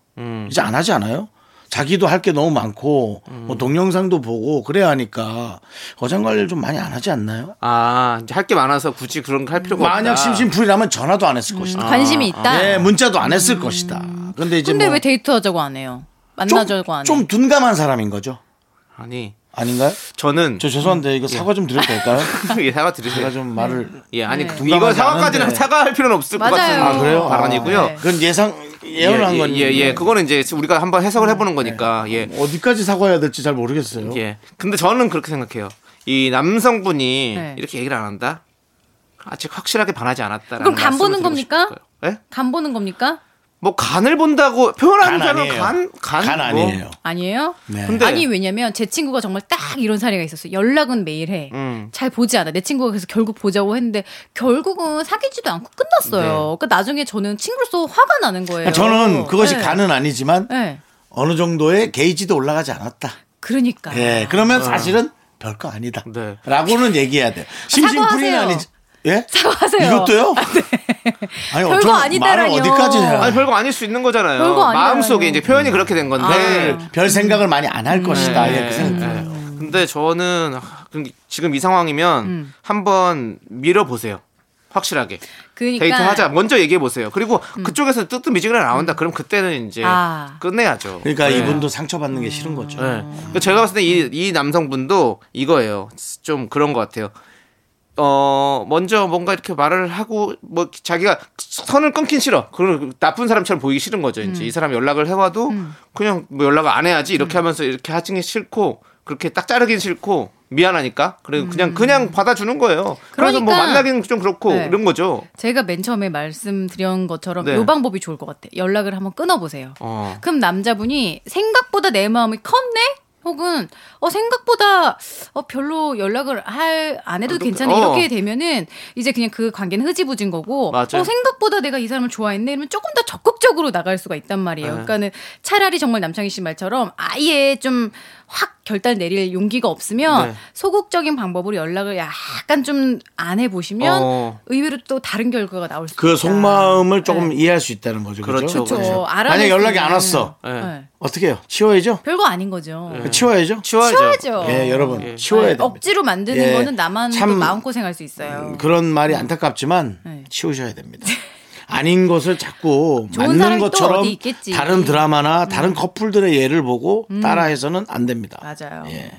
Speaker 1: 이제 안 하지 않아요? 자기도 할 게 너무 많고 뭐 동영상도 보고 그래야 하니까 어장 관리를 좀 많이 안 하지 않나요?
Speaker 2: 아 이제 할 게 많아서 굳이 그런 거 할 필요가
Speaker 1: 만약
Speaker 2: 없다.
Speaker 1: 심심풀이라면 전화도 안 했을 것이다.
Speaker 5: 관심이 음, 아, 있다. 음.
Speaker 1: 네, 문자도 안 했을 것이다. 근데 이제
Speaker 5: 근데
Speaker 1: 뭐
Speaker 5: 왜 데이트하자고 안 해요? 만나자고 안 해요?
Speaker 1: 좀, 좀 둔감한 사람인 거죠.
Speaker 2: 아니
Speaker 1: 아닌가요?
Speaker 2: 저는
Speaker 1: 저 죄송한데 이거 사과 좀 드려도 될까요?
Speaker 2: 예
Speaker 1: 제가
Speaker 2: 사과 드리세요.
Speaker 5: 네.
Speaker 1: 좀 말을
Speaker 2: 예 아니 그-
Speaker 1: 둔감하지
Speaker 2: 이거 사과까지는
Speaker 1: 않은데.
Speaker 2: 사과할 필요는 없을 것
Speaker 5: 맞아요.
Speaker 2: 같은
Speaker 5: 아, 그래요?
Speaker 2: 발언이고요.
Speaker 5: 아, 네.
Speaker 1: 그건 예상 예언한
Speaker 2: 예,
Speaker 1: 건데
Speaker 2: 예, 예, 그거는 이제 우리가 한번 해석을 해보는 거니까
Speaker 5: 네.
Speaker 2: 예.
Speaker 1: 어디까지 사과해야 될지 잘 모르겠어요.
Speaker 2: 예. 근데 저는 그렇게 생각해요. 이 남성분이
Speaker 5: 네.
Speaker 2: 이렇게 얘기를 안 한다. 아직 확실하게 반하지 않았다.
Speaker 5: 그럼 간 보는 겁니까?
Speaker 2: 예?
Speaker 5: 간 보는 겁니까?
Speaker 2: 뭐 간을 본다고 표현하는
Speaker 1: 간
Speaker 2: 사람은
Speaker 1: 아니에요.
Speaker 2: 간, 간,
Speaker 1: 간
Speaker 2: 뭐.
Speaker 1: 아니에요.
Speaker 5: 아니에요?
Speaker 1: 네.
Speaker 2: 근데
Speaker 5: 아니 왜냐면 제 친구가 정말 딱 이런 사례가 있었어요. 연락은 매일 해.
Speaker 2: 음.
Speaker 5: 잘 보지 않아. 내 친구가 그래서 결국 보자고 했는데 결국은 사귀지도 않고 끝났어요.
Speaker 2: 네.
Speaker 5: 그러니까 나중에 저는 친구로서 화가 나는 아, 거예요.
Speaker 1: 저는 그것이
Speaker 5: 네.
Speaker 1: 간은 아니지만
Speaker 5: 네.
Speaker 1: 어느 정도의 게이지도 올라가지 않았다.
Speaker 5: 그러니까.
Speaker 1: 예, 그러면 사실은 별거 아니다.
Speaker 2: 네.
Speaker 1: 라고는 얘기해야 돼. 심심풀이는
Speaker 5: 사과하세요.
Speaker 1: 아니지. 예?
Speaker 5: 사과하세요. 아, 네.
Speaker 1: 이것도요? 아니,
Speaker 5: 별거
Speaker 1: 어쩜
Speaker 5: 아니다라뇨.
Speaker 1: 말을 어디까지 해요?
Speaker 2: 아니 별거 아닐 수 있는 거잖아요.
Speaker 5: 별거 아니라요. 아, 네.
Speaker 2: 마음속에 이제 표현이 그렇게 된 건데. 네.
Speaker 1: 별 생각을 많이 안
Speaker 5: 음,
Speaker 1: 할 것이다. 네. 예, 그 생각 들어요.
Speaker 2: 근데 저는 아, 근데 지금 이 상황이면
Speaker 5: 음.
Speaker 2: 한번 밀어보세요. 확실하게
Speaker 5: 그러니까 음.
Speaker 2: 데이트하자 먼저 얘기해 보세요. 그리고 그쪽에서 뜨뜻미지근해 나온다. 그럼 그때는 이제
Speaker 5: 아.
Speaker 2: 끝내야죠.
Speaker 1: 그러니까
Speaker 2: 네.
Speaker 1: 이분도 상처받는
Speaker 5: 그렇죠.
Speaker 1: 게 싫은 거죠.
Speaker 2: 그러니까 네. 제가 봤을 때 이 이 남성분도 이거예요. 좀 그런 것 같아요. 어 먼저 뭔가 이렇게 말을 하고 뭐 자기가 선을 끊긴 싫어. 그런 나쁜 사람처럼 보이기 싫은 거죠.
Speaker 5: 음.
Speaker 2: 이제 이 사람 연락을 해와도 그냥 뭐 연락을 안 해야지 이렇게 하면서 이렇게 하기 싫고 그렇게 딱 자르긴 싫고 미안하니까 그래 그냥 그냥 받아주는 거예요. 그래서뭐
Speaker 5: 음. 그러니까-
Speaker 2: 만나기는 좀 그렇고
Speaker 5: 네.
Speaker 2: 이런 거죠.
Speaker 5: 제가 맨 처음에 말씀드린 것처럼
Speaker 2: 네.
Speaker 5: 요 방법이 좋을 것 같아. 연락을 한번 끊어보세요.
Speaker 2: 어.
Speaker 5: 그럼 남자분이 생각보다 내 마음이 컸네? 혹은 어 생각보다 어 별로 연락을 할 안 해도 괜찮아
Speaker 2: 어.
Speaker 5: 이렇게 되면은 이제 그냥 그 관계는 흐지부진 거고
Speaker 2: 맞아요.
Speaker 5: 어 생각보다 내가 이 사람을 좋아했네 이러면 조금 더 적극적으로 나갈 수가 있단 말이에요.
Speaker 2: 네.
Speaker 5: 그러니까는 차라리 정말 남창희 씨 말처럼 아예 좀 확 결단 내릴 용기가 없으면
Speaker 2: 네.
Speaker 5: 소극적인 방법으로 연락을 약간 좀 안 해보시면
Speaker 2: 어.
Speaker 5: 의외로 또 다른 결과가 나올 수 있다.
Speaker 1: 그 속마음을 조금 이해할 수 있다는 거죠.
Speaker 2: 그렇죠,
Speaker 1: 그렇죠.
Speaker 2: 그렇죠.
Speaker 1: 네.
Speaker 5: 네. 알아낼
Speaker 1: 만약
Speaker 5: 수
Speaker 1: 연락이
Speaker 5: 있는-
Speaker 1: 안 왔어.
Speaker 2: 예.
Speaker 5: 네.
Speaker 1: 어떻게 해요? 치워야죠?
Speaker 5: 별거 아닌 거죠.
Speaker 2: 네.
Speaker 1: 치워야죠?
Speaker 2: 치워야죠.
Speaker 5: 치워야죠.
Speaker 1: 예, 여러분. 치워야
Speaker 5: 네,
Speaker 1: 됩니다.
Speaker 5: 억지로 만드는
Speaker 1: 예,
Speaker 5: 거는 나만 또
Speaker 1: 참
Speaker 5: 마음고생할 수 있어요.
Speaker 1: 그런 말이 안타깝지만
Speaker 5: 음. 네.
Speaker 1: 치우셔야 됩니다. 아닌 것을 자꾸
Speaker 5: 좋은
Speaker 1: 맞는
Speaker 5: 사람이 또
Speaker 1: 것처럼
Speaker 5: 어디 있겠지. 음.
Speaker 1: 다른 드라마나 다른 커플들의 예를 보고 따라해서는 안 됩니다.
Speaker 5: 맞아요.
Speaker 1: 예.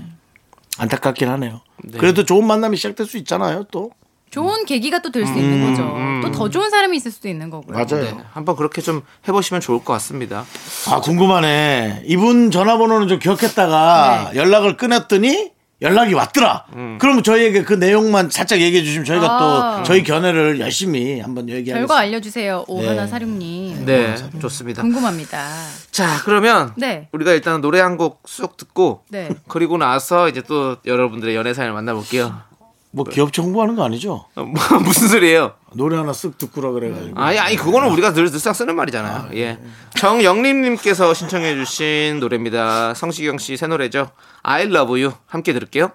Speaker 1: 안타깝긴 하네요. 그래도 좋은 만남이 시작될 수 있잖아요, 또.
Speaker 5: 좋은 계기가 또 될 수 있는 거죠. 또 더 좋은 사람이 있을 수도 있는
Speaker 1: 음,
Speaker 5: 거고요.
Speaker 1: 맞아요.
Speaker 2: 네. 한번 그렇게 좀 해보시면 좋을 것 같습니다.
Speaker 1: 아, 궁금하네. 이분 전화번호는 좀 기억했다가
Speaker 5: 네.
Speaker 1: 연락을 끊었더니 연락이 왔더라. 그럼 저희에게 그 내용만 살짝 얘기해 주시면 저희가
Speaker 5: 아.
Speaker 1: 또 저희 견해를 열심히 한번
Speaker 5: 결과
Speaker 1: 얘기하겠습니다. 네.
Speaker 5: 알려주세요. 오하나 사령님.
Speaker 2: 네, 좋습니다.
Speaker 5: 궁금합니다.
Speaker 2: 자, 그러면
Speaker 5: 음. 네.
Speaker 2: 우리가 일단 노래 한 곡 쑥 듣고
Speaker 5: 네.
Speaker 2: 그리고 나서 이제 또 여러분들의 연애 사연을 만나볼게요.
Speaker 1: 뭐 기업체 홍보하는 거 아니죠?
Speaker 2: 어, 뭐, 무슨 소리예요?
Speaker 1: 노래 하나 쓱 듣고라 그래가지고.
Speaker 2: 아니, 아니 그거는 우리가 늘 늘상 쓰는 말이잖아요. 예. 정영림님께서 신청해주신 노래입니다. 성시경 씨 새 노래죠. I Love You 함께 들을게요.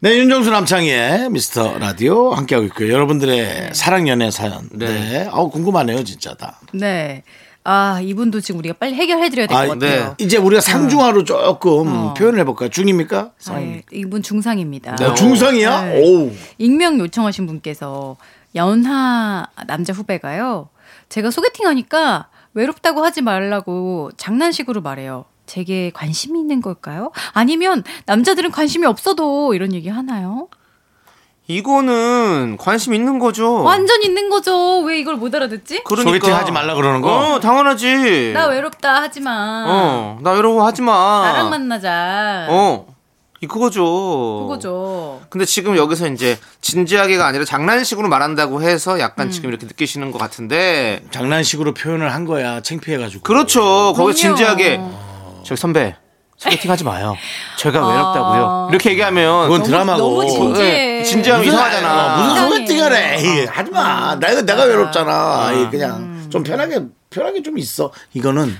Speaker 1: 네, 윤정수 남창희의 미스터 라디오 함께하고 있고요. 여러분들의 사랑 연애 사연. 네. 아우, 궁금하네요, 진짜 다.
Speaker 5: 네. 아 이분도 지금 우리가 빨리 해결해드려야 될 것
Speaker 1: 아,
Speaker 5: 같아요. 예,
Speaker 1: 이제 우리가 상중하로 조금 표현을 해볼까요? 중입니까?
Speaker 5: 아,
Speaker 1: 상입니까?
Speaker 5: 예. 이분 중상입니다.
Speaker 1: 네, 중상이야?
Speaker 5: 네.
Speaker 1: 오우.
Speaker 5: 익명 요청하신 분께서 연하 남자 후배가요. 제가 소개팅하니까 외롭다고 하지 말라고 장난식으로 말해요. 제게 관심이 있는 걸까요? 아니면 남자들은 관심이 없어도 이런 얘기 하나요?
Speaker 2: 이거는 관심 있는 거죠.
Speaker 5: 완전 있는 거죠. 왜 이걸 못 알아듣지?
Speaker 2: 그러니까.
Speaker 1: 소개팅 하지 말라 그러는 거?
Speaker 2: 어, 당연하지.
Speaker 5: 나 외롭다 하지 마.
Speaker 2: 어, 나 외로워 하지 마.
Speaker 5: 나랑 만나자.
Speaker 2: 어, 이 그거죠.
Speaker 5: 그거죠.
Speaker 2: 근데 지금 여기서 이제 진지하게가 아니라 장난식으로 말한다고 해서
Speaker 5: 음.
Speaker 2: 약간 지금 이렇게 느끼시는 것 같은데
Speaker 1: 장난식으로 표현을 한 거야, 창피해가지고.
Speaker 2: 그렇죠. 거기 진지하게
Speaker 5: 그럼요.
Speaker 2: 저기 선배 소개팅 하지 마요. 제가
Speaker 5: 아.
Speaker 2: 외롭다고요. 이렇게 얘기하면
Speaker 1: 그건 드라마고.
Speaker 5: 너무 진지해.
Speaker 2: 예, 진지하면 이상하잖아.
Speaker 1: 어, 무슨
Speaker 5: 이상해.
Speaker 1: 소개팅하래. 에이, 하지 마. 내가, 내가 외롭잖아. 에이, 그냥 좀 편하게, 편하게 좀 있어. 이거는.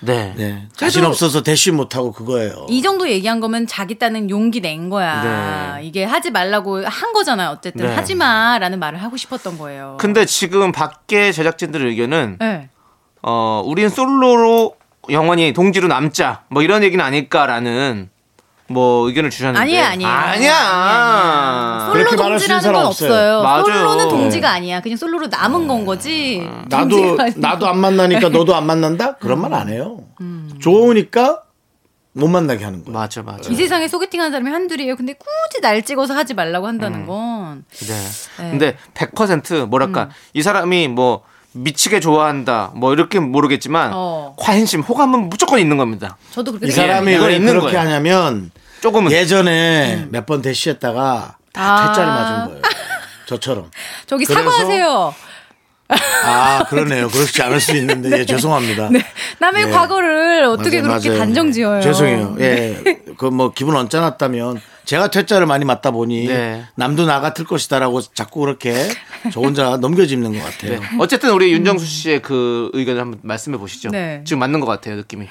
Speaker 2: 네.
Speaker 1: 네. 자신 없어서 대쉬 못하고 그거예요.
Speaker 5: 이 정도 얘기한 거면 자기 딴은 용기 낸 거야. 이게 하지 말라고 한 거잖아요. 어쨌든
Speaker 2: 네.
Speaker 5: 하지 마라는 말을 하고 싶었던 거예요.
Speaker 2: 근데 지금 밖에 제작진들 의견은
Speaker 5: 네.
Speaker 2: 어 우린 솔로로 영원히 동지로 남자 뭐 이런 얘기는 아닐까라는 뭐 의견을 주셨는데
Speaker 5: 아니에요, 아니에요.
Speaker 2: 아니야.
Speaker 5: 아니야, 아니야. 솔로
Speaker 1: 그렇게 말할 수 있는
Speaker 5: 동지라는
Speaker 1: 사람
Speaker 5: 건 없어요.
Speaker 2: 없어요. 맞아요.
Speaker 5: 솔로는 동지가 아니야. 그냥 솔로로 남은 건 거지.
Speaker 1: 나도
Speaker 5: 동지가 아니야.
Speaker 1: 나도 안 만나니까 너도 안 만난다? 그런 말 안 해요. 좋으니까 못 만나게 하는 거예요.
Speaker 2: 맞아 맞아.
Speaker 5: 이 세상에 소개팅하는 사람이 한둘이에요. 근데 굳이 날 찍어서 하지 말라고
Speaker 1: 음.
Speaker 5: 한다는 건
Speaker 2: 네.
Speaker 5: 네.
Speaker 2: 근데 100% 뭐랄까 이 사람이 뭐 미치게 좋아한다 뭐 이렇게 모르겠지만
Speaker 5: 어.
Speaker 2: 관심 호감은 무조건 있는 겁니다.
Speaker 5: 저도 그렇게
Speaker 1: 이
Speaker 5: 생각해요.
Speaker 1: 사람이
Speaker 2: 이건
Speaker 1: 왜
Speaker 2: 있는
Speaker 1: 그렇게
Speaker 2: 거예요.
Speaker 1: 하냐면
Speaker 2: 조금은
Speaker 1: 예전에 몇 번 대시했다가 다
Speaker 5: 음. 아.
Speaker 1: 퇴짜를 맞은 거예요. 저처럼.
Speaker 5: 저기
Speaker 1: 그래서-
Speaker 5: 사과하세요.
Speaker 1: 아 그러네요. 그렇지 않을 수 있는데 예, 죄송합니다.
Speaker 5: 네. 남의
Speaker 1: 네.
Speaker 5: 과거를 어떻게
Speaker 1: 맞아요,
Speaker 5: 그렇게
Speaker 1: 맞아요. 네.
Speaker 5: 단정지어요. 네.
Speaker 1: 죄송해요. 예. 그 뭐 기분 언짢았다면 제가 퇴짜를 많이 맞다 보니
Speaker 2: 네.
Speaker 1: 남도 나 같을 것이다라고 자꾸 그렇게 저 혼자 넘겨짚는 것
Speaker 2: 네.
Speaker 1: 같아요.
Speaker 2: 어쨌든 우리 윤정수 씨의 그 의견을 한번 말씀해 보시죠.
Speaker 5: 네.
Speaker 2: 지금 맞는 것 같아요 느낌이.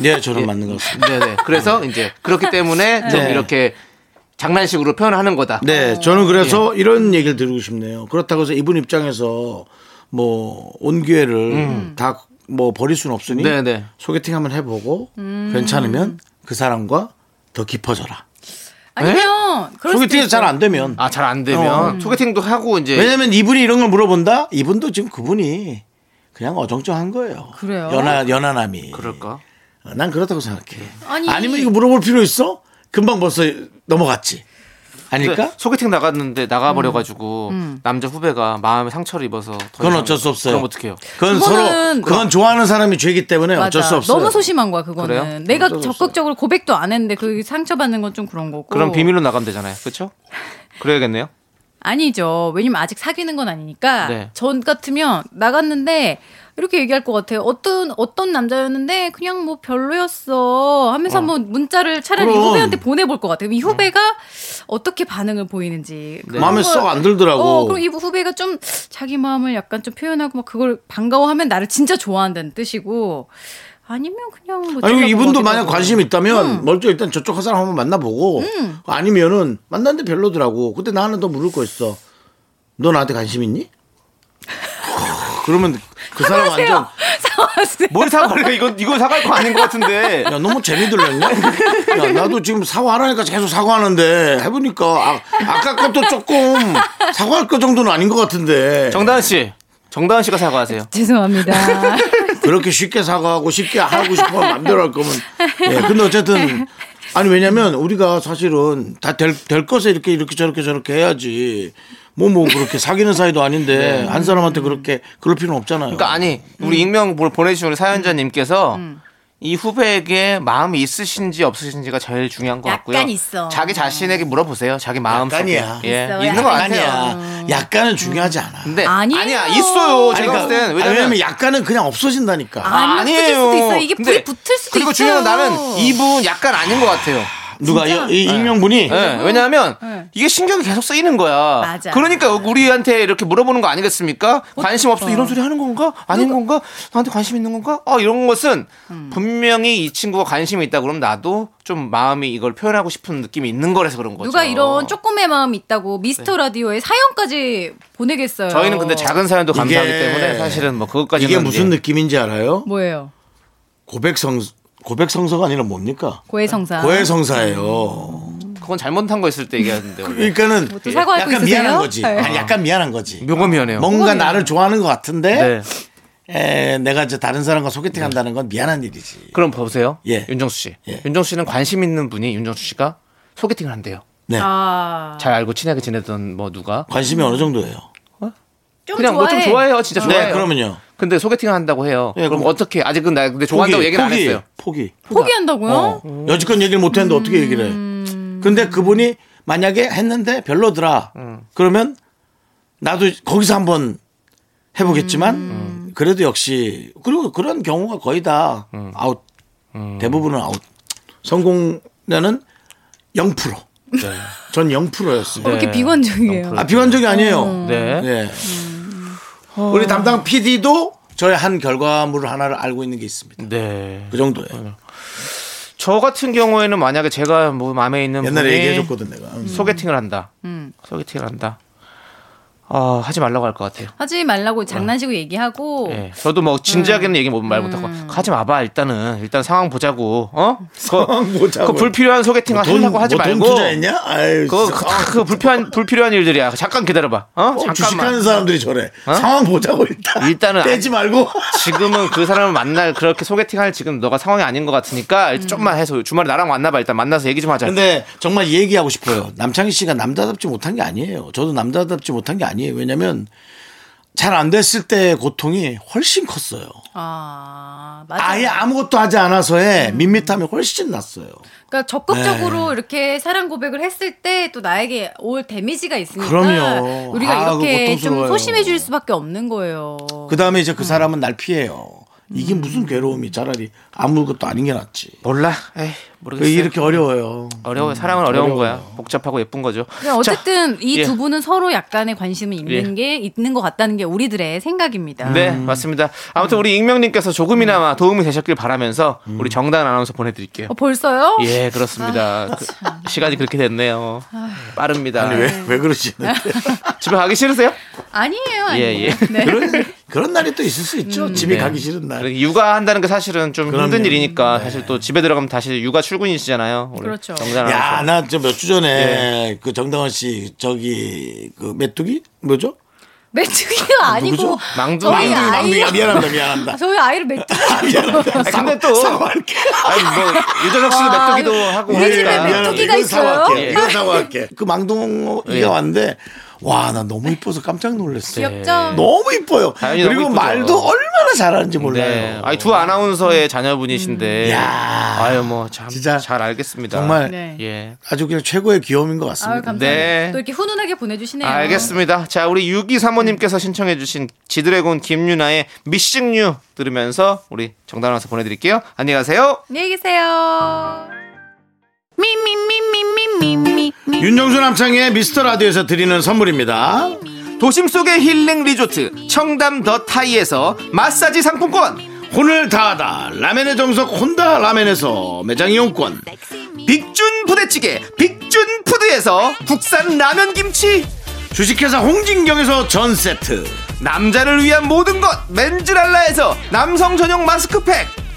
Speaker 2: 네.
Speaker 1: 예, 저는 맞는 것 같습니다.
Speaker 2: 네네. 그래서 이제 그렇기 때문에 좀
Speaker 1: 네.
Speaker 2: 이렇게 장난식으로 표현하는 거다.
Speaker 5: 어,
Speaker 1: 네, 저는 그래서
Speaker 5: 예.
Speaker 1: 이런 얘기를 드리고 싶네요. 그렇다고 해서 이분 입장에서 뭐 온 기회를
Speaker 5: 음.
Speaker 1: 다 뭐 버릴 수는 없으니
Speaker 2: 네, 네.
Speaker 1: 소개팅 한번 해보고
Speaker 5: 음.
Speaker 1: 괜찮으면 그 사람과 더 깊어져라.
Speaker 5: 아니면
Speaker 1: 예?
Speaker 5: 그럴 수도
Speaker 1: 소개팅이
Speaker 5: 있어요. 예.
Speaker 1: 잘 안 되면
Speaker 2: 아 잘 안 되면 소개팅도 하고 이제
Speaker 1: 왜냐면 이분이 이런 걸 물어본다. 이분도 지금 그분이 그냥 어정쩡한 거예요.
Speaker 5: 그래요?
Speaker 1: 연하 연하남이.
Speaker 2: 그럴까?
Speaker 1: 어, 난 그렇다고 생각해.
Speaker 5: 아니.
Speaker 1: 아니면 이거 물어볼 필요 있어? 금방 벌써 넘어갔지.
Speaker 5: 네.
Speaker 1: 아닐까?
Speaker 2: 소개팅 나갔는데 나가버려가지고 남자 후배가 마음에 상처를 입어서 더
Speaker 1: 그건
Speaker 2: 이상-
Speaker 1: 어쩔 수 없어요.
Speaker 2: 그럼 어떡해요?
Speaker 1: 그건
Speaker 5: 그거는-
Speaker 1: 서로 그건 좋아하는 사람이 죄기 때문에
Speaker 5: 맞아.
Speaker 1: 어쩔 수 없어요.
Speaker 5: 너무 소심한 거야 그거는.
Speaker 2: 그래요?
Speaker 5: 내가 적극적으로 고백도 안 했는데 그 상처받는 건 좀 그런 거고.
Speaker 2: 그럼 비밀로 나가면 되잖아요. 그렇죠? 그래야겠네요.
Speaker 5: 아니죠. 왜냐면 아직 사귀는 건 아니니까.
Speaker 2: 네.
Speaker 5: 전 같으면 나갔는데 이렇게 얘기할 것 같아요. 어떤 어떤 남자였는데 그냥 뭐 별로였어 하면서 한번 문자를 차라리 이
Speaker 1: 그럼. 음.
Speaker 5: 후배한테 보내볼 것 같아요. 그럼 이 후배가 어떻게 반응을 보이는지. 그런
Speaker 1: 네. 마음에
Speaker 5: 걸-
Speaker 1: 쏙 안 들더라고.
Speaker 5: 어, 그럼 이 후배가 좀 자기 마음을 약간 좀 표현하고 막 그걸 반가워하면 나를 진짜 좋아한다는 뜻이고 아니면 그냥 뭐
Speaker 1: 아니
Speaker 5: 찔려보고
Speaker 1: 이분도
Speaker 5: 어디가
Speaker 1: 만약
Speaker 5: 뭐.
Speaker 1: 관심 이 있다면 먼저 일단 저쪽 한 사람 한번 만나보고
Speaker 5: 음.
Speaker 1: 아니면은 만났는데 별로더라고. 근데 나 하나 더 물을 거 있어. 너 나한테 관심 있니? 그러면 그 사람 완전
Speaker 5: 사과하세요.
Speaker 2: 뭔 사과를 해? 이건 이건 사과할 거 아닌 것 같은데.
Speaker 1: 야 너무 재미 들렸냐? 야 나도 지금 사과하라니까 계속 사과하는데 해보니까 아, 아까 것도 조금 사과할 거 정도는 아닌 것 같은데
Speaker 2: 정다은 씨, 정다은 씨가 사과하세요.
Speaker 5: 죄송합니다.
Speaker 1: 그렇게 쉽게 사과하고 쉽게 하고 싶어 맘대로 할 거면 예 근데 어쨌든 아니 왜냐면 우리가 사실은 다 될 될 것에 이렇게 이렇게 저렇게 저렇게 해야지 뭐 뭐 그렇게 사귀는 사이도 아닌데 한 사람한테 그렇게 그럴 필요는 없잖아요.
Speaker 2: 네. 그러니까 아니 우리
Speaker 5: 음.
Speaker 2: 익명 보- 보내주신 우리 사연자님께서 이 후배에게 마음이 있으신지 없으신지가 제일 중요한 것 같고요.
Speaker 5: 약간 있어. 음.
Speaker 2: 자기 자신에게 물어보세요. 자기 마음 속에
Speaker 1: 약간이야.
Speaker 2: 예.
Speaker 5: 있어요.
Speaker 2: 있는 것 같아요. 어.
Speaker 1: 약간이야. 약간은 중요하지 않아.
Speaker 2: 근데
Speaker 5: 아니에요.
Speaker 2: 아니야 있어요.
Speaker 1: 아니, 그러니까,
Speaker 2: 제가 봤을 때는
Speaker 1: 아니,
Speaker 2: 왜냐면
Speaker 1: 왜냐면 약간은 그냥 없어진다니까.
Speaker 2: 아,
Speaker 5: 안 붙을 수도 있어요. 이게
Speaker 2: 근데
Speaker 5: 불이 붙을 수도
Speaker 2: 그리고 중요한 건
Speaker 5: 있어요.
Speaker 2: 나는 이분 약간 아닌 것 같아요.
Speaker 1: 누가 이, 이 익명분이
Speaker 2: 예, 왜냐하면
Speaker 5: 네.
Speaker 2: 이게 신경이 계속 쓰이는 거야.
Speaker 5: 맞아.
Speaker 2: 그러니까 우리한테 이렇게 물어보는 거 아니겠습니까? 관심 없어
Speaker 5: 어떡해.
Speaker 2: 이런 소리 하는 건가? 아닌 건가? 나한테 관심 있는 건가? 아 이런 것은
Speaker 5: 음.
Speaker 2: 분명히 이 친구가 관심이 있다 그러면 나도 좀 마음이 이걸 표현하고 싶은 느낌이 있는 거라서 그런 거죠.
Speaker 5: 누가 이런 조금의 마음 있다고 미스터
Speaker 1: 네.
Speaker 5: 라디오에 사연까지 보내겠어요.
Speaker 2: 저희는 근데 작은 사연도 감사하기
Speaker 1: 이게-
Speaker 2: 때문에 사실은 뭐 그것까지는
Speaker 1: 이게 무슨
Speaker 2: 예.
Speaker 1: 느낌인지 알아요?
Speaker 5: 뭐예요?
Speaker 1: 고백 성 고백 성서가 아니라 뭡니까?
Speaker 5: 고해성사.
Speaker 1: 고해성사예요.
Speaker 2: 그건 잘못한 거 있을 때 얘기하는데 원래.
Speaker 1: 그러니까는
Speaker 5: 또 사과할 거
Speaker 1: 약간
Speaker 5: 있으세요?
Speaker 1: 미안한 거지.
Speaker 5: 네.
Speaker 1: 아니, 약간 미안한 거지.
Speaker 2: 묘감이하네요.
Speaker 1: 뭔가 나를 좋아하는 것 같은데
Speaker 2: 네.
Speaker 1: 에, 내가 이제 다른 사람과 소개팅 한다는 건 미안한 일이지.
Speaker 2: 그럼 보세요.
Speaker 1: 예.
Speaker 2: 윤정수 씨.
Speaker 1: 예.
Speaker 2: 윤정수 씨는 관심 있는 분이 윤정수 씨가 소개팅을 한대요.
Speaker 1: 네.
Speaker 5: 아,
Speaker 2: 잘 알고 친하게 지내던 뭐 누가
Speaker 1: 관심이 어느 정도예요?
Speaker 5: 좀
Speaker 2: 그냥 뭐 좀 좋아해요. 진짜 좋아해요.
Speaker 1: 네, 그러면요.
Speaker 2: 근데 소개팅을 한다고 해요.
Speaker 1: 예,
Speaker 2: 그럼
Speaker 1: 그럼-
Speaker 2: 어떻게 아직은 나 근데 좋아한다고
Speaker 1: 포기,
Speaker 2: 얘기는 안
Speaker 1: 포기,
Speaker 2: 했어요.
Speaker 1: 포기.
Speaker 5: 포기한다고요?
Speaker 1: 어. 여지껏 얘기를 못 했는데 어떻게 얘기를 해? 근데 그분이 만약에 했는데 별로더라.
Speaker 2: 음.
Speaker 1: 그러면 나도 거기서 한번 해보겠지만 그래도 역시 그리고 그런 경우가 거의 다
Speaker 2: 음.
Speaker 1: 아웃. 대부분은 아웃. 성공자는 0%. 전 0%였어요.
Speaker 5: 왜 이렇게
Speaker 2: 네.
Speaker 5: 비관적이에요.
Speaker 1: 아 비관적이 아니에요.
Speaker 2: 네.
Speaker 1: 네. 우리 담당 PD도 저의 한 결과물을 하나를 알고 있는 게 있습니다.
Speaker 2: 네.
Speaker 1: 그 정도예요.
Speaker 2: 저 같은 경우에는 만약에 제가 뭐 마음에 있는
Speaker 1: 옛날에
Speaker 2: 분이
Speaker 1: 얘기해줬거든 내가. 음.
Speaker 2: 소개팅을 한다. 소개팅을 한다. 아, 하지 말라고 할 것 같아요.
Speaker 5: 하지
Speaker 1: 네.
Speaker 5: 말라고 장난치고 얘기하고
Speaker 2: 예. 저도 뭐 진지하게는 얘기 말 못하고 가지 마봐 일단은 일단 상황 보자고 어?
Speaker 1: 상황
Speaker 2: 그,
Speaker 1: 보자고.
Speaker 2: 그 불필요한 소개팅 하려고 하지
Speaker 1: 뭐돈
Speaker 2: 말고
Speaker 1: 투자했냐? 아유,
Speaker 2: 그거
Speaker 1: 진짜.
Speaker 2: 그, 다 그 불필요한 불필요한 일들이야. 잠깐 기다려봐. 어?
Speaker 1: 어, 주식하는
Speaker 2: 잠깐만. 어?
Speaker 1: 사람들이 저래. 상황 보자고 일단.
Speaker 2: 일단은
Speaker 1: 떼지 말고.
Speaker 2: 지금은 그 사람을 만날 그렇게 소개팅할 지금 너가 상황이 아닌 것 같으니까 일단 좀만 해서 주말에 나랑 만나봐 일단 만나서 얘기 좀 하자.
Speaker 1: 근데 정말 얘기하고 싶어요. 남창희 씨가 남자답지 못한 게 아니에요. 저도 남자답지 못한 게 아니에요. 왜냐면 잘 안 됐을 때의 고통이 훨씬 컸어요.
Speaker 5: 아 맞아.
Speaker 1: 아예 아무것도 하지 않아서의 밋밋함이 훨씬 났어요.
Speaker 5: 그러니까
Speaker 1: 네.
Speaker 5: 적극적으로 이렇게 사랑 고백을 했을 때 또 나에게 올 데미지가 있으니까
Speaker 1: 그럼요.
Speaker 5: 우리가
Speaker 1: 아, 그거
Speaker 5: 이렇게 좀
Speaker 1: 고통스러워요.
Speaker 5: 소심해질 수밖에 없는 거예요.
Speaker 1: 그 다음에 이제 그 사람은 날 피해요. 이게 무슨 괴로움이 차라리 아무것도 아닌 게 낫지.
Speaker 2: 몰라. 에이 모르겠어.
Speaker 1: 이렇게 어려워요.
Speaker 2: 어려워. 사랑은 어려운 거야. 복잡하고 예쁜 거죠.
Speaker 5: 그냥 어쨌든 이 두
Speaker 2: 예.
Speaker 5: 분은 서로 약간의 관심이 있는
Speaker 2: 예.
Speaker 5: 게 있는 것 같다는 게 우리들의 생각입니다.
Speaker 2: 네 맞습니다. 아무튼 우리 익명님께서 조금이나마 도움이 되셨길 바라면서 우리 정다은 아나운서 보내드릴게요.
Speaker 5: 어, 벌써요?
Speaker 2: 예 그렇습니다. 그 시간이 그렇게 됐네요. 빠릅니다.
Speaker 1: 아니, 왜, 왜 그러시는데?
Speaker 2: 집에 가기 싫으세요?
Speaker 5: 아니에요.
Speaker 2: 예,
Speaker 5: 아니에요.
Speaker 2: 예.
Speaker 5: 네.
Speaker 1: 그런, 그런 날이 또 있을 수 있죠. 집에
Speaker 2: 네.
Speaker 1: 가기 싫은 날.
Speaker 2: 그리고 육아한다는 게 사실은 좀 힘든
Speaker 1: 그럼요.
Speaker 2: 일이니까 사실 또 집에 들어가면 다시 육아 출근이시잖아요. 우리
Speaker 5: 그렇죠.
Speaker 2: 정다은
Speaker 1: 야,
Speaker 2: 아나운서.
Speaker 1: 나
Speaker 2: 예.
Speaker 1: 저 몇 주 전에 그 정당원 씨 저기 그 메뚜기 뭐죠?
Speaker 5: 메뚜기가 아니고
Speaker 1: 누구죠?
Speaker 2: 망둥이.
Speaker 5: 저희
Speaker 1: 망둥이,
Speaker 5: 아이
Speaker 1: 망둥이야. 미안합니다, 미안합니다.
Speaker 5: 저희 아이를 메뚜기
Speaker 1: 미안합니다.
Speaker 2: 아니, 근데 또-
Speaker 1: 사과할게.
Speaker 2: 아니 뭐 유재석 씨도
Speaker 5: 아,
Speaker 2: 메뚜기도 하고
Speaker 5: 우리 집에
Speaker 2: 하니까.
Speaker 5: 메뚜기. 메뚜기가
Speaker 1: 이건 사과할게.
Speaker 2: 있어요?
Speaker 1: 이건 사과할게. 그 망둥이가
Speaker 2: 예.
Speaker 1: 왔는데 와, 나 너무 이뻐서 깜짝 놀랐어. 요
Speaker 5: 귀엽죠?
Speaker 1: 너무 이뻐요.
Speaker 2: 당연히
Speaker 1: 그리고
Speaker 2: 네. 너무 이쁘죠.
Speaker 1: 말도 얼마나 잘하는지 몰라요.
Speaker 2: 네. 아니 두 아나운서의
Speaker 5: 음.
Speaker 2: 자녀분이신데.
Speaker 1: 야.
Speaker 2: 아유 뭐 참
Speaker 1: 진짜
Speaker 2: 잘 알겠습니다.
Speaker 1: 정말
Speaker 5: 네.
Speaker 2: 예.
Speaker 1: 아주 그냥 최고의 귀여움인 것
Speaker 5: 아유
Speaker 1: 같습니다.
Speaker 5: 감사합니다.
Speaker 2: 네.
Speaker 5: 또 이렇게 훈훈하게 보내주시네요. 음.
Speaker 2: 알겠습니다. 자, 우리 6235님께서 신청해주신 지드래곤 김유나의 미싱유 들으면서 우리 정단 아나운서 보내드릴게요. 안녕히 가세요.
Speaker 5: 안녕히 계세요.
Speaker 1: 윤정수 남창의 미스터 라디오에서 드리는 선물입니다.
Speaker 2: 도심 속의 힐링 리조트 청담 더 타이에서 마사지 상품권
Speaker 1: 혼을 다하다 라멘의 정석 혼다 라멘에서 매장 이용권
Speaker 2: 빅준 부대찌개 빅준 푸드에서 국산 라면 김치
Speaker 1: 주식회사 홍진경에서 전 세트
Speaker 2: 남자를 위한 모든 것 맨즈랄라에서 남성 전용 마스크팩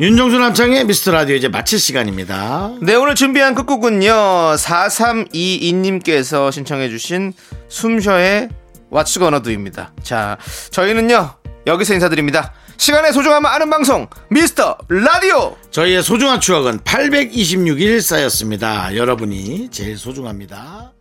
Speaker 1: 윤정수 남창의 미스터 라디오 이제 마칠 시간입니다
Speaker 2: 네, 오늘 준비한 끝곡은요. 4322님께서 신청해주신 숨셔의 What's Gonna Do입니다. 자, 저희는요. 여기서 인사드립니다. 시간의 소중함을 아는 방송, 미스터 라디오!
Speaker 1: 저희의 소중한 추억은 826일 쌓였습니다 여러분이 제일 소중합니다